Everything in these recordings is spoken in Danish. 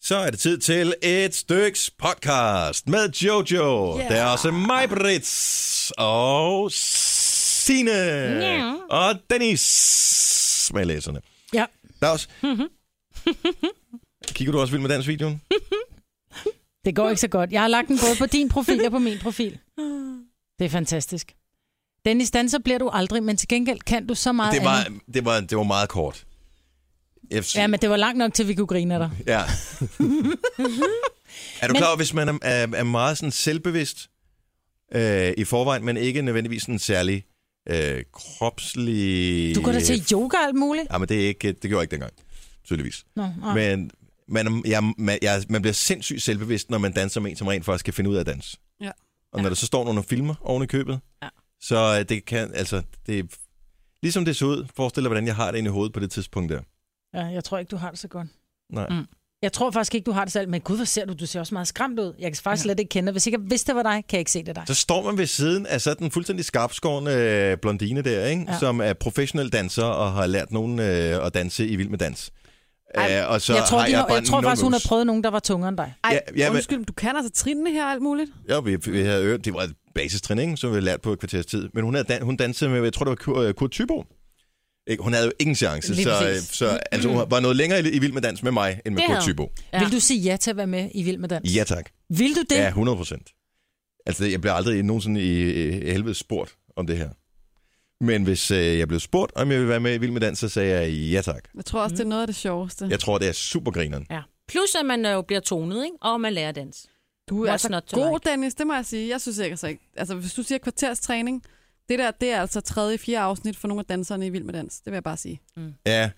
så er det tid til et styks podcast med Jojo. Yeah. Der er også mig, Brits, og Sine yeah. og Dennis med læserne. Ja. Der er også... Mm-hmm. Kigger du også vild med dansvideoen? Det går ikke så godt. Jeg har lagt den både på din profil og på min profil. Det er fantastisk. Dennis, danser bliver du aldrig, men til gengæld kan du så meget Det var, andet. det var, det var meget kort. Jeg, Ja, men det var langt nok til, vi kunne grine af dig. Ja. er du men... klar over, hvis man er, er, er meget sådan selvbevidst øh, i forvejen, men ikke nødvendigvis en særlig øh, kropslig... Du går da til yoga og alt muligt. Ja, men det, er ikke, det gjorde jeg ikke dengang, tydeligvis. Nå, nej. Men man, er- jeg, man, jeg, man bliver sindssygt selvbevidst, når man danser med en, som rent faktisk kan finde ud af at danse. Ja. Og når der så står nogle filmer oven i købet, Ja. så øh, det kan, altså, det er, ligesom det så ud, forestil dig, hvordan jeg har det inde i hovedet på det tidspunkt der. Ja, jeg tror ikke, du har det så godt. Nej. Mm. Jeg tror faktisk ikke, du har det selv, men gud, hvor ser du? Du ser også meget skræmt ud. Jeg kan faktisk slet ikke kende dig. Hvis ikke jeg vidste, det var dig, kan jeg ikke se det er dig. Så står man ved siden af sådan en fuldstændig skarpskårende øh, blondine der, ikke? Ja. Ja. som er professionel danser og har lært nogen øh, at danse i Vild med Dans. Ej, Æh, og så Så jeg tror, har de har, bare jeg tror no faktisk, hun har moves. prøvet nogen, der var tungere end dig. Ej, Ja, ja, men- undskyld, men... du kan altså trinene her og alt muligt. Ja, vi, vi havde øvet, det var et basistrin, ikke? som vi havde lært på et kvarters tid. Men hun, havde dan- hun dansede med, jeg tror, det var Kurt, øh, Kurt Thybo. Ikke? Hun havde jo ingen chance, Lige så, øh, præcis. så altså, hun var noget længere i, i Vild med Dans med mig, end med Det Kurt havde Thybo. Ja. Ja. Vil du sige ja til at være med i Vild med Dans? Ja tak. Vil du det? Ja, 100 procent. Altså, jeg bliver aldrig nogensinde i, i helvede spurgt om det her. Men hvis øh, jeg blev spurgt, om jeg ville være med i Vild med Dans, så sagde jeg ja tak. Jeg tror også, mm. det er noget af det sjoveste. Jeg tror, det er supergrineren. Plus, at man jo bliver tonet, ikke? og man lærer at danse. Du er What's altså not to god, Dennis, det må jeg sige. Jeg synes ikke, altså ikke. Altså, hvis du siger kvarterstræning, det der, det er altså tredje, fjerde afsnit for nogle af danserne i Vild med Dans. Det vil jeg bare sige. Ja.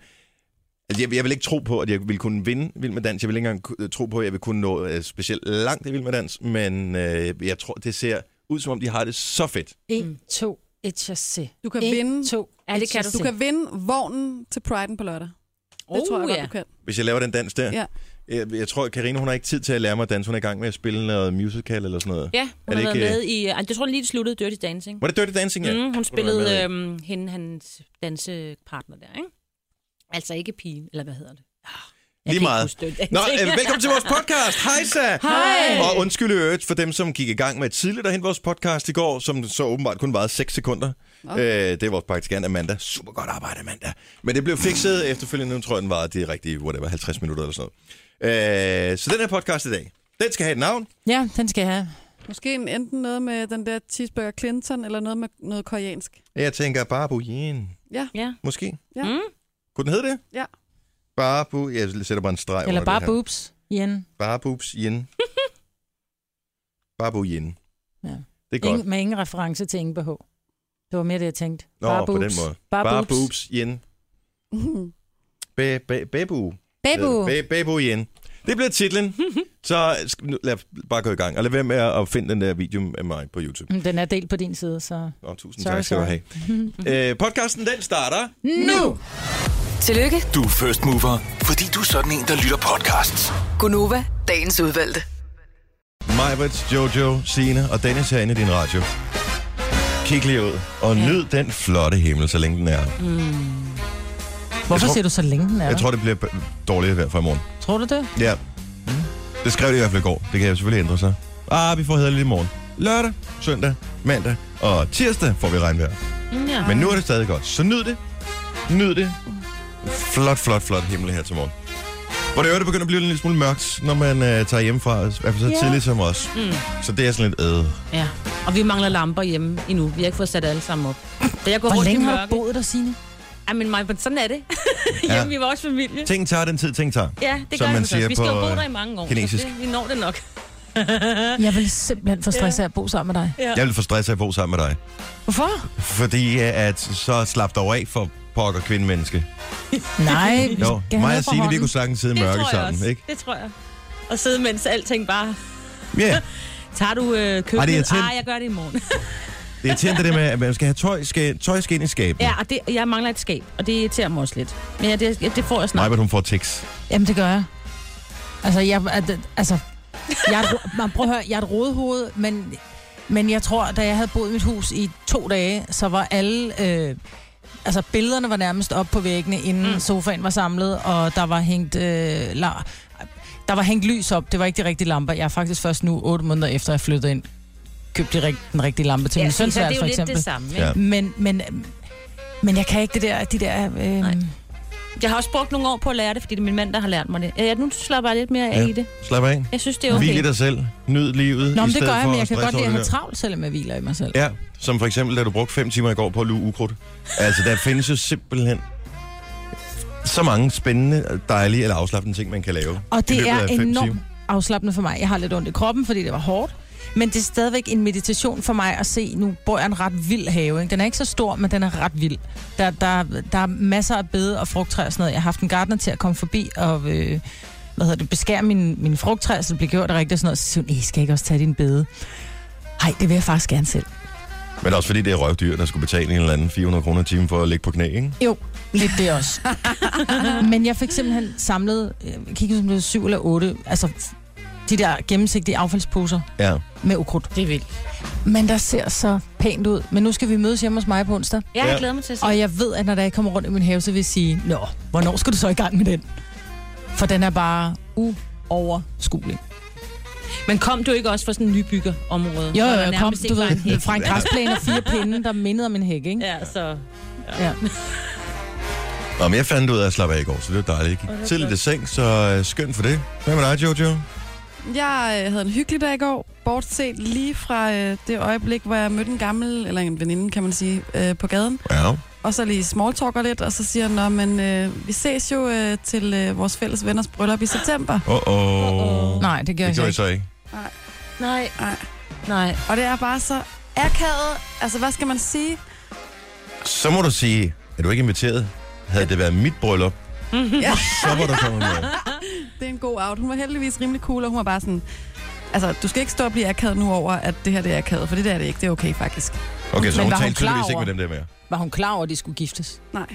Altså, jeg, jeg vil ikke tro på, at jeg ville kunne vinde Vild med Dans. Jeg vil ikke engang ku- tro på, at jeg vil kunne nå øh, specielt langt i Vild med Dans. Men øh, jeg tror, det ser ud som om, de har det så fedt. 1, 2, 1, jeg se. Du kan En, vinde- to, Ja, det kan et, du. Du Se. kan vinde vognen til Pride'en på lørdag. Det tror jeg Oh, godt, ja. du kan. Hvis jeg laver den dans der. Ja. Jeg, jeg tror, at Karina, hun har ikke tid til at lære mig at danse. Hun er i gang med at spille noget musical eller sådan noget. Ja, Er hun det har været ikke, øh, med i... Ej, Jeg tror lige, det sluttede Dirty Dancing. Var det Dirty Dancing, ja? Mm, hun har været med spillede i. øhm, hende, hans dansepartner der, ikke? Altså ikke pigen, eller hvad hedder det? Ah, Lige jeg kan ikke meget. huske Dirty Dancing. Nå, øh, velkommen til vores podcast. Hej, Sa. Hej! Og undskyld i øvrigt for dem, som gik i gang med tidligt at hente vores podcast i går, som så åbenbart kun varede 6 sekunder. Okay. Øh, det var praktikant Amanda. Super godt arbejde, Amanda. Men det blev fikset efterfølgende. Nu tror jeg, den varede de rigtige, whatever, 50 minutter eller sådan noget. Øh, så den her podcast i dag, den skal have et navn. Ja, den skal jeg have. Måske en- enten noget med den der cheeseburger Clinton, eller noget med noget koreansk. Jeg tænker Babu Yen. Ja, Ja. Måske. Ja. Mm. Kunne den hedde det? ja. Babu... Jeg sætter bare en streg Eller under bare det her. boobs igen. Babubs Yen. Babu Yen. Ja. Det er godt. Ingen, med ingen reference til ingen behov. Det var mere det, jeg tænkte. Nå, bare på den boobs. måde. Bare, Bare boobs. boobs, yen. Ba- ba- Babu. Babu. Ba- Babu yen. Det bliver titlen. Så øh, sk- nu, lad os bare gå i gang. Og lad være med at finde den der video af mig på YouTube. Mm, Den er delt på din side, så... Nå, tusind Sorry, tak skal du have. øh, podcasten, den starter. Nu! Tillykke, Du er first mover, fordi du er sådan en, der lytter podcasts. Gunova, dagens udvalgte. Majbrits, Jojo, Sine og Dennis herinde i din radio. Kig lige ud og nyd den flotte himmel, så længe den er. her. Hvorfor tror- ser du så længe den er Jeg der? tror, det bliver b- dårligere vejr fra i morgen. Tror du det? Ja. Det skrev de i hvert fald i går. Det kan jo selvfølgelig ændre sig. Ah, vi får hederligt i morgen. Lørdag, søndag, mandag og tirsdag får vi regnvejr. Ja. Men nu er det stadig godt. Så nyd det. Nyd det. Flot, flot, flot himmel her til morgen. Hvor det jo begynder at blive en lille smule mørkt, når man øh, tager hjemmefra, i hvert fald så tidligt som os. Mm. Så det er sådan lidt øh, æde. ja. Og vi mangler lamper hjemme endnu. Vi har ikke fået sat alle sammen op. Da jeg går Hvor rundt i længe har mørke... du boet der, Signe? Ej, men mig, men sådan er det. Hjemme i vores familie. Ting tager den tid, ting tager. Ja, det Som gør man det siger så. Vi skal på, jo bo der i øh, mange år, kinesisk. så det, vi når det nok. Jeg vil simpelthen få stress af at bo sammen med dig. Jeg vil få stress af at bo sammen med dig. Hvorfor? Fordi øh, at så slap dig over af for pokker kvindmenneske. Nej, vi Jo, mig skal have noget og fra Signe, vi hånden. kunne sagtens sidde i Det mørke tror jeg sammen, også. ikke? Det tror jeg. Og sidde, mens alting bare... Ja. Yeah. Tager du øh, Ej, køkkenet? det er tændt. Ej, jeg gør det i morgen. Det er tændt det der med, at man skal have tøj, skal, tøj skal ind i skabet. ja, og det, jeg mangler et skab, og det irriterer mig også lidt. Men ja, det, ja, det får jeg snart. Nej, men hun får tics. Jamen, det gør jeg. Altså, jeg, at- altså, jeg, er et ro- man, prøv at høre, jeg er et rodehoved, men, men jeg tror, da jeg havde boet i mit hus i to dage, så var alle... Øh, altså, billederne var nærmest op på væggene, inden mm. sofaen var samlet, og der var hængt... Øh, la, Der var hængt lys op. Det var ikke de rigtige lamper. Jeg er faktisk først nu, otte måneder efter, jeg flyttede ind, købt de rig- den rigtige lampe til ja, min så søns det er værelse, jo for lidt eksempel. det samme. Ikke? Ja. Ja. Men, men, men jeg kan ikke det der, de der... Øh, Jeg har også brugt nogle år på at lære det, fordi det er min mand, der har lært mig det. Ja, nu slapper jeg lidt mere af Ja. i det. Slap af. Jeg synes, det er Okay. Hvil i okay. dig selv. Nyd livet. Nå, i men det stedet gør jeg, for men jeg at kan stresse godt lide over at have det der. travlt, selvom jeg hviler i mig selv. Ja, som for eksempel, da du brugte fem timer i går på at luge ukrudt. Altså, der findes jo simpelthen så mange spændende, dejlige eller afslappende ting, man kan lave. Og i det løbet er af fem enormt timer. afslappende for mig. Jeg har lidt ondt i kroppen, fordi det var hårdt. Men det er stadigvæk en meditation for mig at se, nu bor jeg i en ret vild have. Ikke? Den er ikke så stor, men den er ret vild. Der, der, der er masser af bede og frugttræer og sådan noget. Jeg har haft en gartner til at komme forbi og øh, hvad hedder det, beskære min, min frugttræer, så det bliver gjort rigtigt og sådan noget. Så siger hun, "Eh, skal jeg ikke også tage din bede? Nej, det vil jeg faktisk gerne selv. Men også fordi det er røvdyr, der skulle betale en eller anden 400 kroner i timen for at ligge på knæ, ikke? Jo, lidt det også. Men jeg fik simpelthen samlet, øh, jeg kan ikke huske, om det var syv eller otte, altså de der gennemsigtige affaldsposer Ja. med ukrudt. Det er vildt. Men der ser så pænt ud. Men nu skal vi mødes hjemme hos mig på onsdag. Jeg Ja. har glædet mig til at se. Og jeg ved, at når jeg kommer rundt i min have, så vil jeg sige, Nå, hvornår skal du så i gang med den? For den er bare uoverskuelig. Men kom du ikke også fra sådan en nybyggerområde? Jo, hvor der jo, jeg kom, nærmest du ikke var en ved, hæk? fra en græsplæne og fire pinde, der mindede om en hæk, ikke? Ja, så... Ja. Nå, men jeg fandt ud af at slappe af i går, så det var dejligt. Jeg gik tidligt i seng, så øh, skønt for det. Hvad med dig, Jojo? Jeg øh, havde en hyggelig dag i går, bortset lige fra øh, det øjeblik, hvor jeg mødte en gammel, eller en veninde, kan man sige, øh, på gaden. Ja. Og så lige smalltalker lidt, og så siger han, "Nå, men øh, vi ses jo øh, til øh, vores fælles venners bryllup i september. Åh, åh. Nej, det gør Det jeg gjorde så jeg ikke. så ikke. Nej, Ej. nej. Og det er bare så akavet. Altså, hvad skal man sige? Så må du sige, er du ikke inviteret? Havde det været mit bryllup, Ja. så var du kommet med. Det er en god out. Hun var heldigvis rimelig cool, og hun var bare sådan... Altså, du skal ikke stå og blive akavet nu over, at det her det er akavet, for det der er det ikke. Det er okay, faktisk. Okay, så Men hun var hun talte klar tydeligvis ikke over? med dem der mere. Var hun klar over, at de skulle giftes? Nej.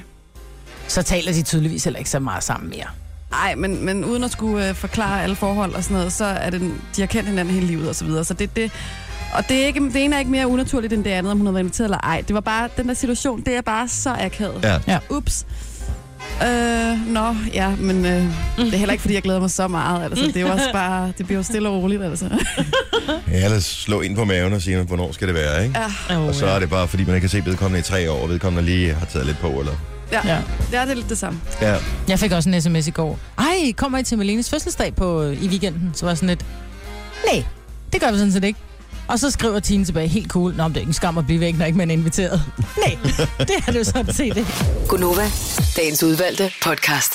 Så taler de tydeligvis heller ikke så meget sammen mere. Nej, men, men uden at skulle øh, forklare alle forhold og sådan noget, så er det, de har kendt hinanden hele livet og så videre. Så det, det, og det, er ikke, det ene er ikke mere unaturligt end det andet, om hun havde været inviteret eller ej. Det var bare, den der situation, det er bare så akavet. Ja. Ups. Øh, nå, ja, men øh, det er heller ikke, fordi jeg glæder mig så meget. Altså, det er jo også bare, det bliver jo stille og roligt, altså. Ja, ellers slå ind på maven og sige, hvornår skal det være, ikke? Oh, Og så er det bare, fordi man ikke kan se vedkommende i tre år, og vedkommende lige har taget lidt på, eller... Ja. Ja, det er lidt det samme. Ja. Jeg fik også en sms i går. Ej, kommer I til Malenes fødselsdag på, øh, i weekenden? Så var jeg sådan lidt, nej, det gør vi sådan set ikke. Og så skriver Tine tilbage, helt cool, Nå, men det er ikke en skam at blive væk, når ikke man er inviteret. nej, det er det jo sådan set ikke. Gunova, dagens udvalgte podcast.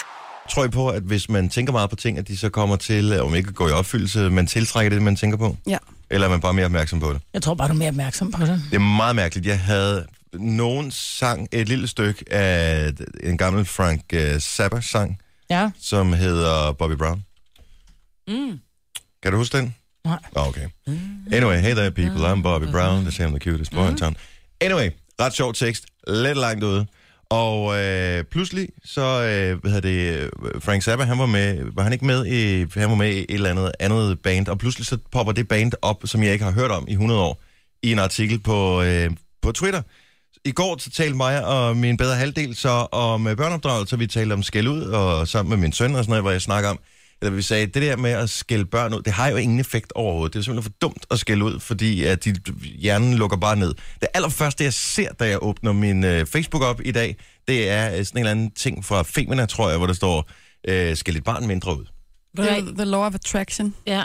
Tror I på, at hvis man tænker meget på ting, at de så kommer til, øh, om ikke at gå i opfyldelse, man tiltrækker det, man tænker på? Ja. Eller er man bare mere opmærksom på det? Jeg tror bare, du er mere opmærksom på det. Det er meget mærkeligt. Jeg havde nogen sang, et lille stykke af en gammel Frank øh, Zappa-sang, Ja, som hedder Bobby Brown. Mm. Kan du huske den? Nej. Mm. Oh, okay. Anyway, hey there people, I'm Bobby Brown. They say I'm the cutest boy in town. Anyway, ret sjov tekst. Lidt langt ude. Og øh, pludselig, så, øh, hvad hedder det, øh, Frank Zappa, han var med, var han ikke med i, han var med i et eller andet andet band, og pludselig så popper det band op, som jeg ikke har hørt om i 100 år, i en artikel på, øh, på Twitter. I går så talte mig og min bedre halvdel så om øh, børneopdragelse, vi talte om skæld ud, og sammen med min søn og sådan noget, hvor jeg snakker om, eller vi sagde, det der med at skælde børn ud, det har jo ingen effekt overhovedet. Det er simpelthen for dumt at skælde ud, fordi at de, hjernen lukker bare ned. Det allerførste, jeg ser, da jeg åbner min øh, Facebook op i dag, det er øh, sådan en eller anden ting fra Femina, tror jeg, hvor der står, øh, skæld et barn mindre ud. Det er jo the law of attraction. Ja.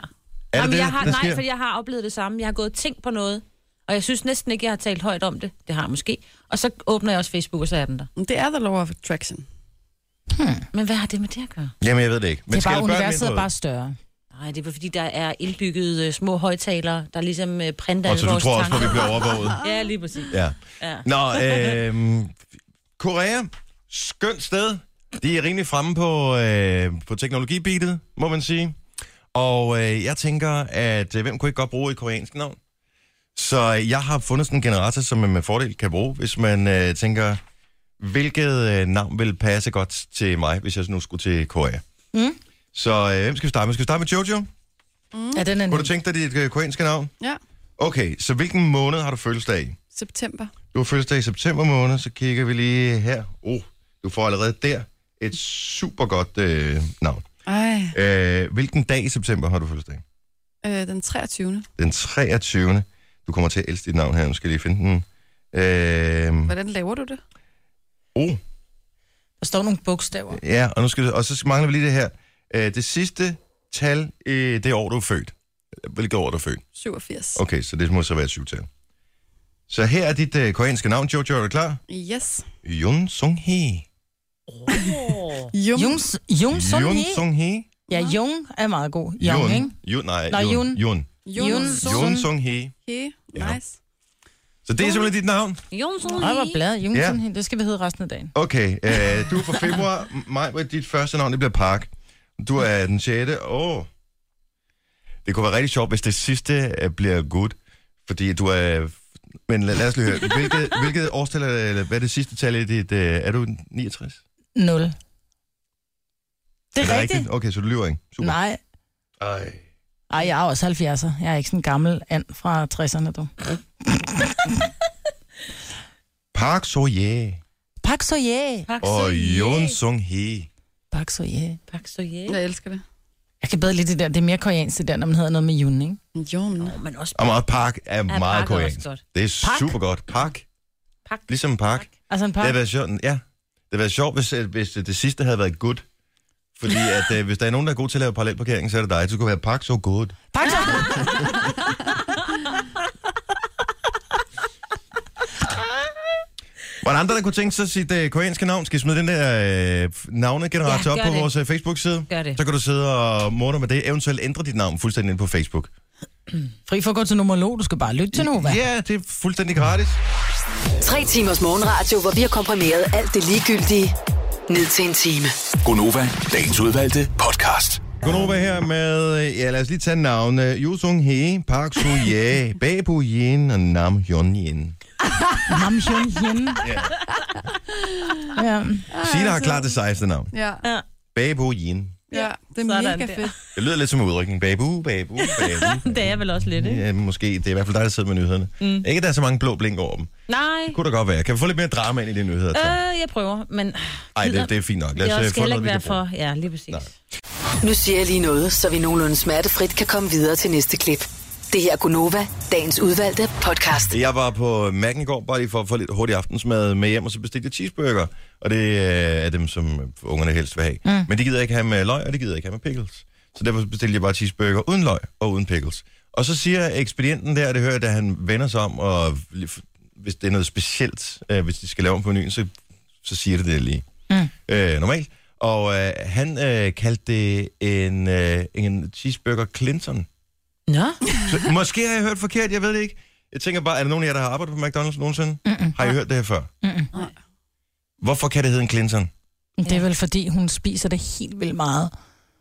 Er det det, jeg har, der nej, sker? for jeg har oplevet det samme. Jeg har gået og tænkt på noget, og jeg synes næsten ikke, jeg har talt højt om det. Det har jeg måske. Og så åbner jeg også Facebook, og så er den der. Men Det er the law of attraction. Men hvad har det med det at gøre? Jamen, jeg ved det ikke. Men det er skælde bare, børn universet mindre er ud? bare større. Nej, det er fordi, der er indbygget øh, små højtalere, der ligesom øh, printer Og så alle du vores tror også, tanker. at vi bliver overvåget. Ja, lige præcis. Ja. Ja. Nå, øh, Korea, skønt sted. De er rimelig fremme på, øh, på teknologibeatet, må man sige. Og øh, jeg tænker, at øh, hvem kunne ikke godt bruge et koreansk navn? Så øh, jeg har fundet sådan en generator, som man med fordel kan bruge, hvis man øh, tænker, hvilket øh, navn vil passe godt til mig, hvis jeg nu skulle til Korea. Mm. Så øh, hvem skal vi starte med? Skal vi starte med Jojo? Ja, den Mm. er Kunne du tænke dig dit øh, koreanske navn? Ja. Okay, så hvilken måned har du fødselsdag i? September. Du har fødselsdag i september måned, så kigger vi lige her. Oh, du får allerede der et super godt øh, navn. Ej, Øh, hvilken dag i september har du fødselsdag? øh, den 23. Den 23. Du kommer til at elske dit navn her. Nu skal jeg lige finde den. Øh, Hvordan laver du det? oh, Der står nogle bogstaver. ja, og, nu skal du, og så mangler vi lige det her. Øh, det sidste tal i det år, du er født. Hvilket år du er født? 87. Okay, så det må så være et syvtal. Så her er dit øh, koreanske navn, Jojo. Er du klar? Yes. Yun Sung Hee. Yum. Jung, Jung Sun Yun Hee. Sung Hee. Ja, Jung er meget god. Jung, ikke? Yun. Yun, nej, Nå, Yun. Yoon. Yun. Yum. Yun Sung Hee. Okay, Ja. nice. Så det er simpelthen dit navn? Jonsson Ej, hvor blad. Jung Ja. Sun Hee. Det skal vi hedde resten af dagen. Okay, øh, du er fra februar. Maj, hvor dit første navn, det bliver Park. Du er den 6. Åh. Oh. Det kunne være rigtig sjovt, hvis det sidste øh, bliver godt, fordi du er... Men lad, lad os lige høre, hvilket, hvilket årstal, er det, eller hvad er det sidste tal i dit... Øh, er du 69? Nul. Det er, det rigtigt. rigtigt. Okay, så du lyver ikke. Super. Nej. Ej. Ej, jeg er også 70'er. Jeg er ikke sådan en gammel and fra 60'erne, du. Park So-ye Pak så yeah. og Yoon Sung-hee. Pak så yeah. Pak så ja. Jeg elsker det. Jeg kan bedre lide det der. Det er mere koreansk, det der, når man hedder noget med Jun, ikke? Yum. Men også Og meget Park er ja, meget Park er Park også koreansk. godt. Det er Park? super godt. Park, pak. ligesom Park. park. Altså en Det pak. havde været sjovt, ja. Det havde været sjovt, hvis, øh, hvis øh, det sidste havde været good. Fordi at, øh, hvis der er nogen, der er god til at lave parallelparkering, så er det dig. Så kunne være Park so good. Pak så. Var der andre, der kunne tænke sig sit øh, koreanske navn? Skal jeg smide den der øh, navnegenerator Ja, op gør på det. vores øh, Facebook-side? Gør det. Så kan du sidde og morder med det. Eventuelt ændre dit navn fuldstændig ind på Facebook. Fri for at gå til numerolog. Du skal bare lytte til Nova. Ja, det er fuldstændig gratis. Tre timers morgenradio, hvor vi har komprimeret alt det ligegyldige ned til en time. Gonova, dagens udvalgte podcast. Gunova her med, øh, ja lad os lige tage navne. Yoo Sung Hee, Park Soo Ye, Babu Yin og Nam Hyun Ah, Yin. Nam Hyun Hyen. Ja. Sina har klart det sejeste navn. Ja. Babu Yin. ja, det er Sådan der. mega fedt. Det lyder lidt som udrykning. Babu, babu, babu. Det er vel også lidt, ikke? ja, måske. Det er i hvert fald dig, der sidder med nyhederne. Mm. Ikke, at der er så mange blå blink over dem. Nej. Kunne da godt være. Kan vi få lidt mere drama ind i de nyheder? Øh, Øh, jeg prøver, men... Ej, det, det er fint nok. Lad os jeg øh, skal få heller noget, ikke vi kan være bruge. for... Ja, lige præcis. Nej. Nu siger jeg lige noget, så vi nogenlunde smertefrit kan komme videre til næste klip. Det her er Gunova, dagens udvalgte podcast. Jeg var på Mac'en i går, bare lige for at få lidt hurtig aftensmad med hjem, og så bestilte jeg cheeseburger. Og det øh, er dem, som ungerne helst vil have. Mm. Men de gider ikke have med løg, og de gider ikke have med pickles. Så derfor bestilte jeg bare cheeseburger uden løg og uden pickles. Og så siger ekspedienten der, det hører jeg, da han vender sig om, og hvis det er noget specielt, øh, hvis de skal lave om på menuen, så, så siger det det lige. Mm. Øh, normalt. Og øh, han øh, kaldte det en, øh, en cheeseburger Clinton. Nå, Så, måske har jeg hørt forkert, jeg ved det ikke. Jeg tænker bare, er der nogen af jer, der har arbejdet på McDonald's nogensinde? Mm-mm. Har I hørt det her før? Mm-mm. Hvorfor kan det hedde en Clinton? Det er vel fordi, hun spiser det helt vildt meget.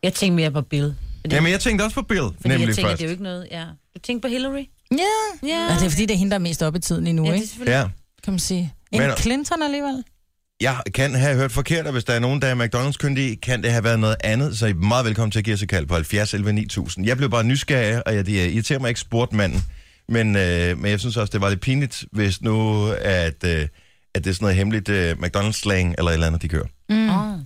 jeg tænkte mere på Bill. Fordi, Jamen, jeg tænkte også på Bill, fordi nemlig jeg tænker, først. det er jo ikke noget... Ja. Du tænker på Hillary? Ja. Ja. Altså, det er fordi, det er hende, der er mest oppe i tiden lige nu, ja, det er ikke? selvfølgelig... Ja, Kan man sige. En Men- Clinton alligevel. jeg kan have hørt forkert, og hvis der er nogen, der er McDonald's-kyndige, kan det have været noget andet, så I er meget velkommen til at give os et kald på 70 11 9000. Jeg blev bare nysgerrig, og jeg, det irriterer mig ikke spurgt manden, men, øh, men jeg synes også, det var lidt pinligt, hvis nu, at, øh, at det er sådan noget hemmeligt øh, McDonald's-slang eller et eller andet, de kører. Mm. Oh.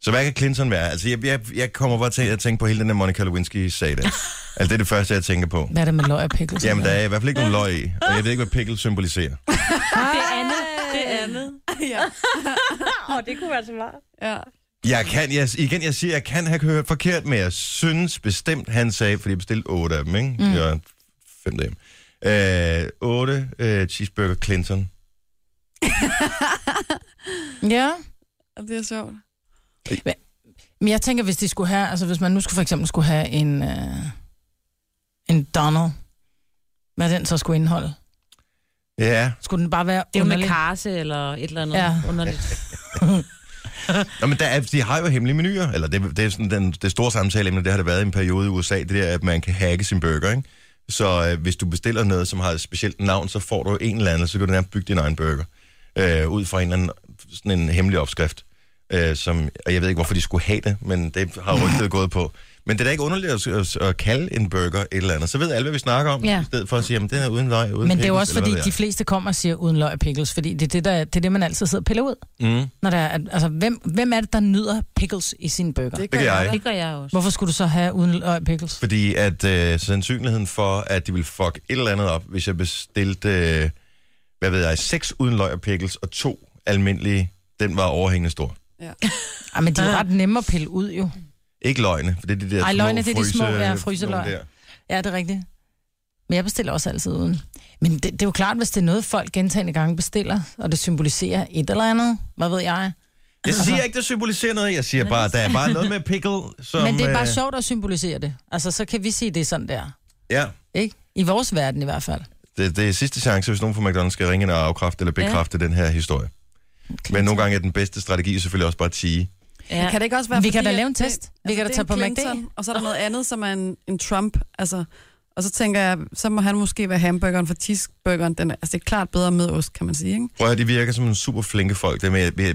Så hvad kan Clinton være? Altså, jeg, jeg, jeg kommer bare til at tænke på hele den der Monica Lewinsky-sag der. altså, det er det første, jeg tænker på. Hvad er det med løg og pickles? Jamen, der er i hvert fald ikke nogen løg i, og jeg ved ikke, hvad pickle symboliserer. Det er andet. Det er andet. Ja. Åh, oh, det kunne være så meget. ja. Jeg kan, jeg, igen, jeg siger, jeg kan have hørt forkert, men jeg synes bestemt, han sagde, fordi jeg bestilte otte af dem, ikke? Mm. Jeg fem dage. Øh, otte øh, cheeseburger Clinton. Ja. Det er sjovt. Men jeg tænker, hvis de skulle have, altså hvis man nu skulle for eksempel skulle have en, øh, en Donald, hvad den så skulle indeholde? Ja. Skulle den bare være Det er jo med underlig? karse eller et eller andet Ja. ja. underligt. Nå, men der er, de har jo hemmelige menuer, eller det, det er sådan den, det store samtaleemne, det har det været i en periode i USA, det der, at man kan hacke sin burger, ikke? Så øh, hvis du bestiller noget, som har et specielt navn, så får du en eller anden, så kan du nærmest bygge din egen burger, øh, ud fra en eller anden, sådan en hemmelig opskrift, øh, som, og jeg ved ikke, hvorfor de skulle have det, men det har rygtet gået på. Men det er da ikke underligt at, at, at kalde en burger et eller andet. Så ved alle, hvad vi snakker om, ja. Ja. i stedet for at sige, at det er uden løg, uden Men det er jo pickles, også eller fordi, hvad de det fleste kommer og siger uden løg og pickles, fordi det er det, der, det, er det man altid sidder og piller ud. Mm. Når der er, altså, hvem, hvem er det, der nyder pickles i sin burger? Det. Det kan jeg. Det gør jeg også. Hvorfor skulle du så have uden løg og pickles? Fordi at øh, sandsynligheden for, at de ville fuck et eller andet op, hvis jeg bestilte, øh, hvad ved jeg, seks uden løg og pickles og to almindelige, den var overhængende stor. Ej, Ah, men de er jo ret nemme at pille ud, jo. Ikke løgne, for det er de der Ej, små løgne, det er de små, fryse- ja, fryseløg. nogle der. Ja, det er rigtigt. Men jeg bestiller også altid uden. Men det, det er jo klart, hvis det er noget, folk gentagende gange bestiller, og det symboliserer et eller andet, hvad ved jeg. Jeg siger ikke, det symboliserer noget. Jeg siger bare, der er bare noget med pickle, som... Men det er bare øh, sjovt at symbolisere det. Altså, så kan vi sige, det er sådan der. Ja, Ikke? I vores verden i hvert fald. det, det er sidste chance, hvis nogen fra McDonald's skal ringe ind og afkræfte eller bekræfte ja. den her historie. Men nogle gange er den bedste strategi selvfølgelig også bare at sige, Ja. Kan det ikke også være, Vi kan fordi, da at lave en det- altså, test. Vi kan da det tage er på en McD. Clinton, Og så er der noget andet, som er en, en Trump. Altså, og så tænker jeg, så må han måske være hamburgeren for cheeseburgeren. Den er, altså, det er klart bedre med ost, kan man sige, ikke? Prøv at høre, de virker som en super flinke folk. Dem, jeg, jeg,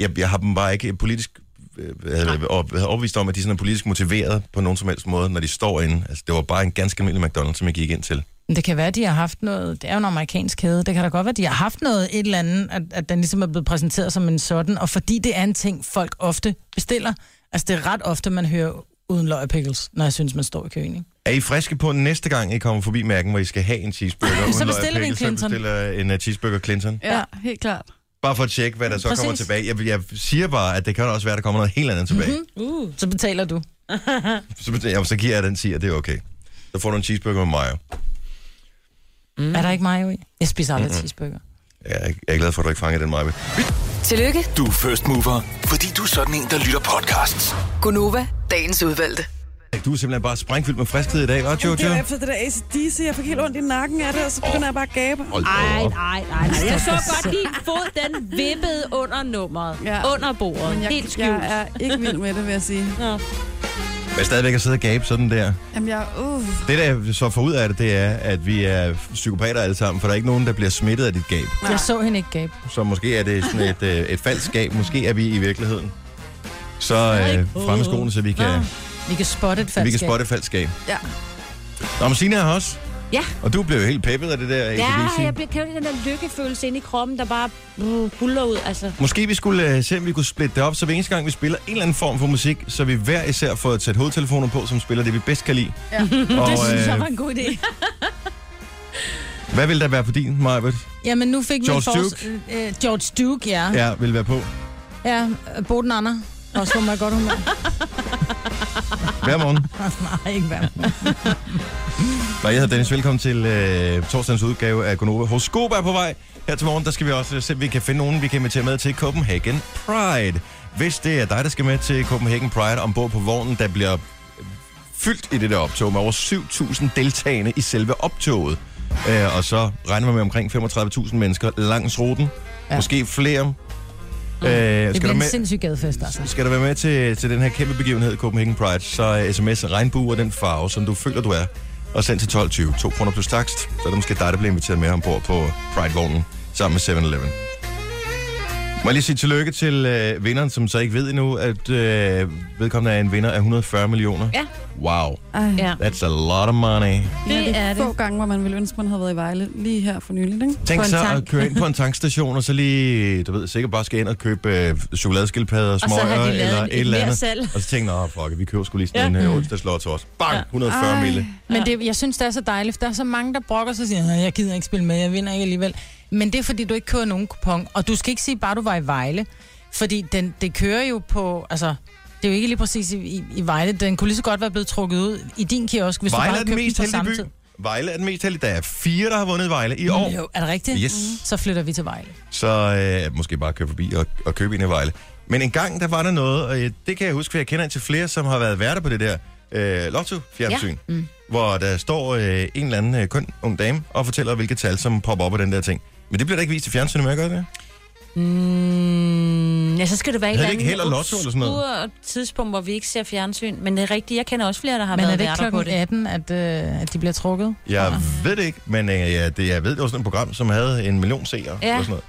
jeg, jeg har dem bare ikke politisk øh, øh, op- overbevist om, at de sådan er politisk motiveret på nogen som helst måde, når de står inde. Altså, det var bare en ganske almindelig McDonald's, som jeg gik ind til. Men det kan være, de har haft noget... Det er jo en amerikansk kæde. Det kan da godt være, de har haft noget et eller andet, at, at den ligesom er blevet præsenteret som en sådan. Og fordi det er en ting, folk ofte bestiller. Altså, det er ret ofte, man hører uden løg og pickles, når jeg synes, man står i køen. Ikke? Er I friske på næste gang, I kommer forbi mærken, hvor I skal have en cheeseburger? uden løg og bestiller vi en pickles, Clinton. Så bestiller en uh, cheeseburger Clinton. Ja, helt klart. Bare for at tjekke, hvad der så Præcis. Mhm. kommer tilbage. Jeg, jeg siger bare, at det kan også være, at der kommer noget helt andet tilbage. Mm-hmm. Mm. Så betaler du. Så, bet- jamen, så giver jeg den siger, at det er okay. Så får du en cheeseburger med mayo. Mm. Er der ikke mayo i? Jeg spiser aldrig mm-hmm. cheeseburger. Jeg er, jeg er glad for, at du ikke fangede den mayo. Tillykke, Du er first mover, fordi du er sådan en, der lytter podcasts. Gunova, dagens udvalgte. Du er simpelthen bare sprængfyldt med friskhed i dag, hva' Jojo? Det var efter det der ACDC, jeg fik helt ondt i nakken af det, og så begynder jeg bare at gabe. Hold da Ej, op. nej, nej, nej. Jeg så godt, din fod, den vippede under nummeret. Ja. Ja. Under bordet. Men jeg, Helt skjult. jeg er ikke vild med det, vil jeg sige. Men stadigvæk at sidde og gabe sådan der. Jamen, jeg... Uh, Det, der så får ud af det, det er, at vi er psykopater alle sammen, for der er ikke nogen, der bliver smittet af dit gab. Jeg så hende ikke gabe. Så måske er det sådan et, øh, et falsk gab. Måske er vi i virkeligheden. Så øh, fremme skoene, så vi kan, Vi kan spotte et så falsk vi kan gab. spotte et falsk gab. ja. Nå, men Signe er her også. Ja. Og du blev jo helt peppet af det der ACDC. Ja, jeg bliver kæmpe den der lykkefølelse inde i kroppen, der bare uh, buller ud. Altså, Måske vi skulle øh, se, om vi kunne splitte det op, så hver eneste gang, vi spiller en eller anden form for musik, så vi hver især får sat hovedtelefoner på, som spiller det, vi bedst kan lide. Ja. Og, det synes øh, jeg var en god idé. Hvad vil der være på din, Majbert? Jamen, nu fik George vi fors- Duke. Øh, George Duke, ja. Ja, vil være på. Ja, øh, Boden Anna. Også hun var i godt humør. Hver morgen. Nej, ikke værd. Nå, jeg hedder Dennis. Velkommen til øh, torsdagens udgave af Gonova. Horoskop er på vej. Her til morgen, der skal vi også se, om vi kan finde nogen, vi kan invitere med til Copenhagen Pride. Hvis det er dig, der skal med til Copenhagen Pride ombord på vognen, der bliver øh, fyldt i det der optog med over 7.000 deltagende i selve optoget. Øh, og så regner man med omkring 35.000 mennesker langs ruten. Ja. Måske flere. Øh, Mm. Det skal, du bliver en med, sindssyg gadefest, altså. skal du være med til, til den her kæmpe begivenhed, Copenhagen Pride, så uh, sms regnbue og den farve, som du føler, du er, og send til 12.20. 2 kroner plus takst, så er det måske dig, der bliver inviteret med ombord på Pride-vognen sammen med 7-Eleven. Må jeg lige sige tillykke til øh, vinderen, som så ikke ved endnu, at øh, vedkommende er en vinder af 140 millioner. Ja. Wow, Ej, ja. that's a lot of money. Det er få det. gange, hvor man ville ønske, man havde været i Vejle lige her for nylig, ikke? Tænk På en så tank. at køre ind på en tankstation, og så lige, du ved, sikkert bare skal ind og købe øh, chokoladeskildpadder og Og så har de smøger, lavet eller en- et et eller mere andet. salg. Og så tænkte jeg, "Nå, fuck, it, vi køber sgu lige sådan ja. en øh, Mm. onsdagslår til os. Bang, ja. 140 Ej. mille. Men det, jeg synes, det er så dejligt. Der er så mange, der brokker sig og siger, "Nå, jeg gider ikke spille med, jeg vinder ikke alligevel. Men det er, fordi du ikke kører nogen kupon. Og du skal ikke sige, bare du var i Vejle. Fordi den, det kører jo på... Altså, det er jo ikke lige præcis i, i, i Vejle. Den kunne lige så godt være blevet trukket ud i din kiosk, hvis du Vejle bare er havde den købt mest den på heldige samme by. tid. Vejle er den mest heldige. Der er fire, der har vundet Vejle i år. Jo, er det rigtigt? Mm-hmm. Yes. Så flytter vi til Vejle. Så øh, måske bare køre forbi og, og købe en i Vejle. Men en gang, der var der noget, og øh, det kan jeg huske, for jeg kender ind til flere, som har været værter på det der øh, Lotto-fjernsyn. Ja. Mm. Hvor der står øh, en eller anden øh, køn ung dame og fortæller, hvilke tal, som popper op af den der ting. Men det bliver da ikke vist i fjernsynet, med, gør det? Mm, ja, så skal det være et Havde eller det ikke held og andet lotto eller sådan noget? obskurt tidspunkt, hvor vi ikke ser fjernsyn. Men det er rigtigt, jeg kender også flere, der har Men er været det ikke værter på klokken 18, det. at, øh, at de bliver trukket? Jeg Ah. ved det ikke, men øh, ja, det, jeg ved, det var sådan et program, som havde en million seere. Ja. Ja. Eller sådan noget.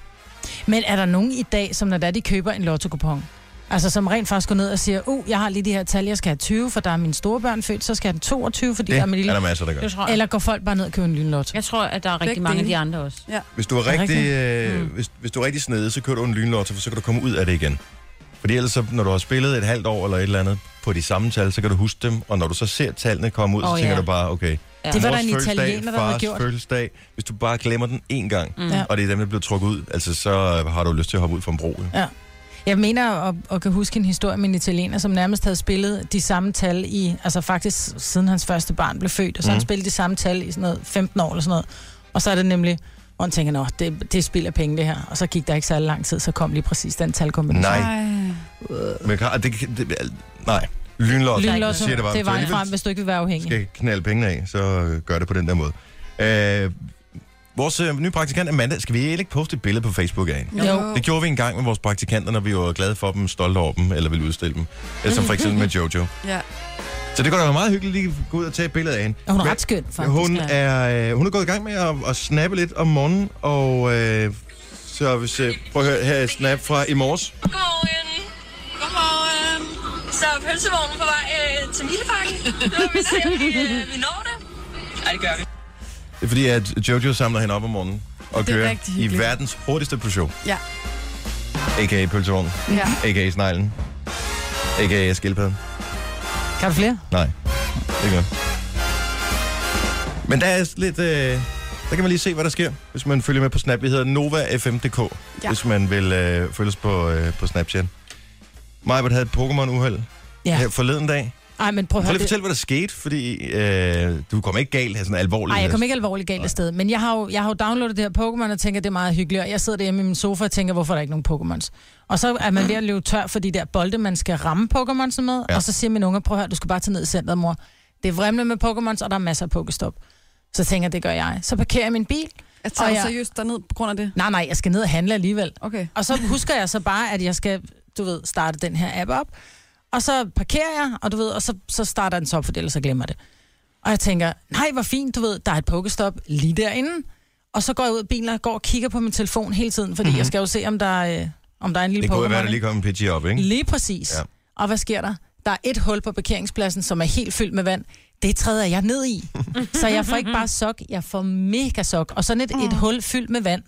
Men er der nogen i dag, som når der de køber en lottokupon, Altså som rent faktisk går ned og siger, uh, jeg har lige de her tal, jeg skal have 20, for der er mine store børn født, så skal jeg have 22, fordi Det der er min er der lille... masser, der gør. Det tror jeg. Eller går folk bare ned og køber en lynlot? Jeg tror, at der er rigtig Begge mange af dele. de andre også. Hvis du er det Hmm. rigtig, øh, hvis, hvis du er rigtig snedig, så kører du en lynlotto, for så kan du komme ud af det igen. Fordi ellers, så, når du har spillet et halvt år eller et eller andet på de samme tal, så kan du huske dem, og når du så ser tallene komme ud, oh, så Åh, tænker ja. du bare, okay, Ja. Det var der mors en fødselsdag, italiener, der havde fars gjort. fødselsdag, hvis du bare glemmer den en gang, mm. Ja. og det er dem, der bliver trukket ud, altså så har du lyst til at hoppe ud fra en bro. Jo. Jeg mener og, og kan huske en historie med en italiener, som nærmest havde spillet de samme tal i, altså faktisk siden hans første barn blev født, og Mhm. så mm. han spillet de samme tal i sådan noget 15 år eller sådan noget. Og så er det nemlig, hvor han tænker, nå, det, det spilder penge det her. Og så gik der ikke særlig lang tid, så kom lige præcis den talkombination. Nej, Ej. men kan, det, det, det, nej. Lynlotto, jeg Lynlotto, siger det bare. det Hvis er du vejen alligevel frem, hvis du ikke vil være afhængig. skal knalde pengene af, så øh, gør det på den der måde. Øh, vores øh, nye praktikant Amanda, skal vi ikke poste et billede på Facebook af hende? Jo. Det gjorde vi engang med vores praktikanter, når vi var glade for dem, stolte over dem, eller ville udstille dem. Eller som for eksempel med Jojo. Ja. Så det går da være meget hyggeligt lige at gå ud og tage et billede af hende. Og hun er Men ret skøn, faktisk. Hun er, øh, hun er gået i gang med at, at snappe lidt om morgenen, og øh, så hvis, øh, prøv at høre her er et snap fra i morges. Godmorgen. Godmorgen. Så er pølsevognen på vej øh, til Milebakken. Nu må vi se, om vi, øh, vi når det. Ja, det gør vi. Det er fordi, at Jojo samler hende op om morgenen og Det er kører rigtig i hyggeligt. verdens hurtigste Peugeot, Ja. a.k.a. pølsevognen, ja. a.k.a. sneglen, a.k.a. skildpadden. Kan du flere? Nej, det gør. Men der er lidt... Øh, der kan man lige se, hvad der sker, hvis man følger med på Snap. Vi hedder NovaFM.dk, ja. Ja. hvis man vil øh, følges på, øh, på Snapchat. Majbert havde et Pokémon-uheld ja. Ja. her forleden dag. Ej, men prøv at Prøv høre. lige det- fortælle, hvad der skete, fordi øh, du kom ikke galt, altså sådan alvorligt. Nej, jeg kom ikke alvorligt galt af sted. Men jeg har jo, jeg har jo downloadet det her Pokémon og tænker, det er meget hyggeligt. Og jeg sidder derhjemme i min sofa og tænker, hvorfor er der ikke nogen Pokémons? Og så er man ved at løbe tør for de der bolde, man skal ramme Pokémons med. Ja. Ja. Og så siger min unge, prøv at høre, du skal bare tage ned i centret, mor. Det er vrimle med Pokémons, og der er masser af Pokestop. Så tænker jeg, det gør jeg. Så parkerer jeg min bil. Jeg tager Og oh, jeg- ja. seriøst derned på grund af det. Nej, nej, jeg skal ned og handle alligevel. Okay. Og så husker jeg så bare, at jeg skal, du ved, starte den her app op. Og så parkerer jeg, og du ved, og så, så starter den så op, for ellers så glemmer jeg det. Og jeg tænker, nej, hvor fint, du ved, der er et pokestop lige derinde. Og så går jeg ud af bilen og går og kigger på min telefon hele tiden, fordi mm-hmm. jeg skal jo se, om der, er, øh, om der er en lille Mhm. Det kunne jo Pokémon, være, der lige ikke? kom en pitchy op, ikke? lige præcis. Ja. Ja. Og hvad sker der? Der er et hul på parkeringspladsen, som er helt fyldt med vand. Det træder jeg ned i. Så jeg får ikke bare sok, jeg får mega sok. Og sådan et, et hul fyldt med vand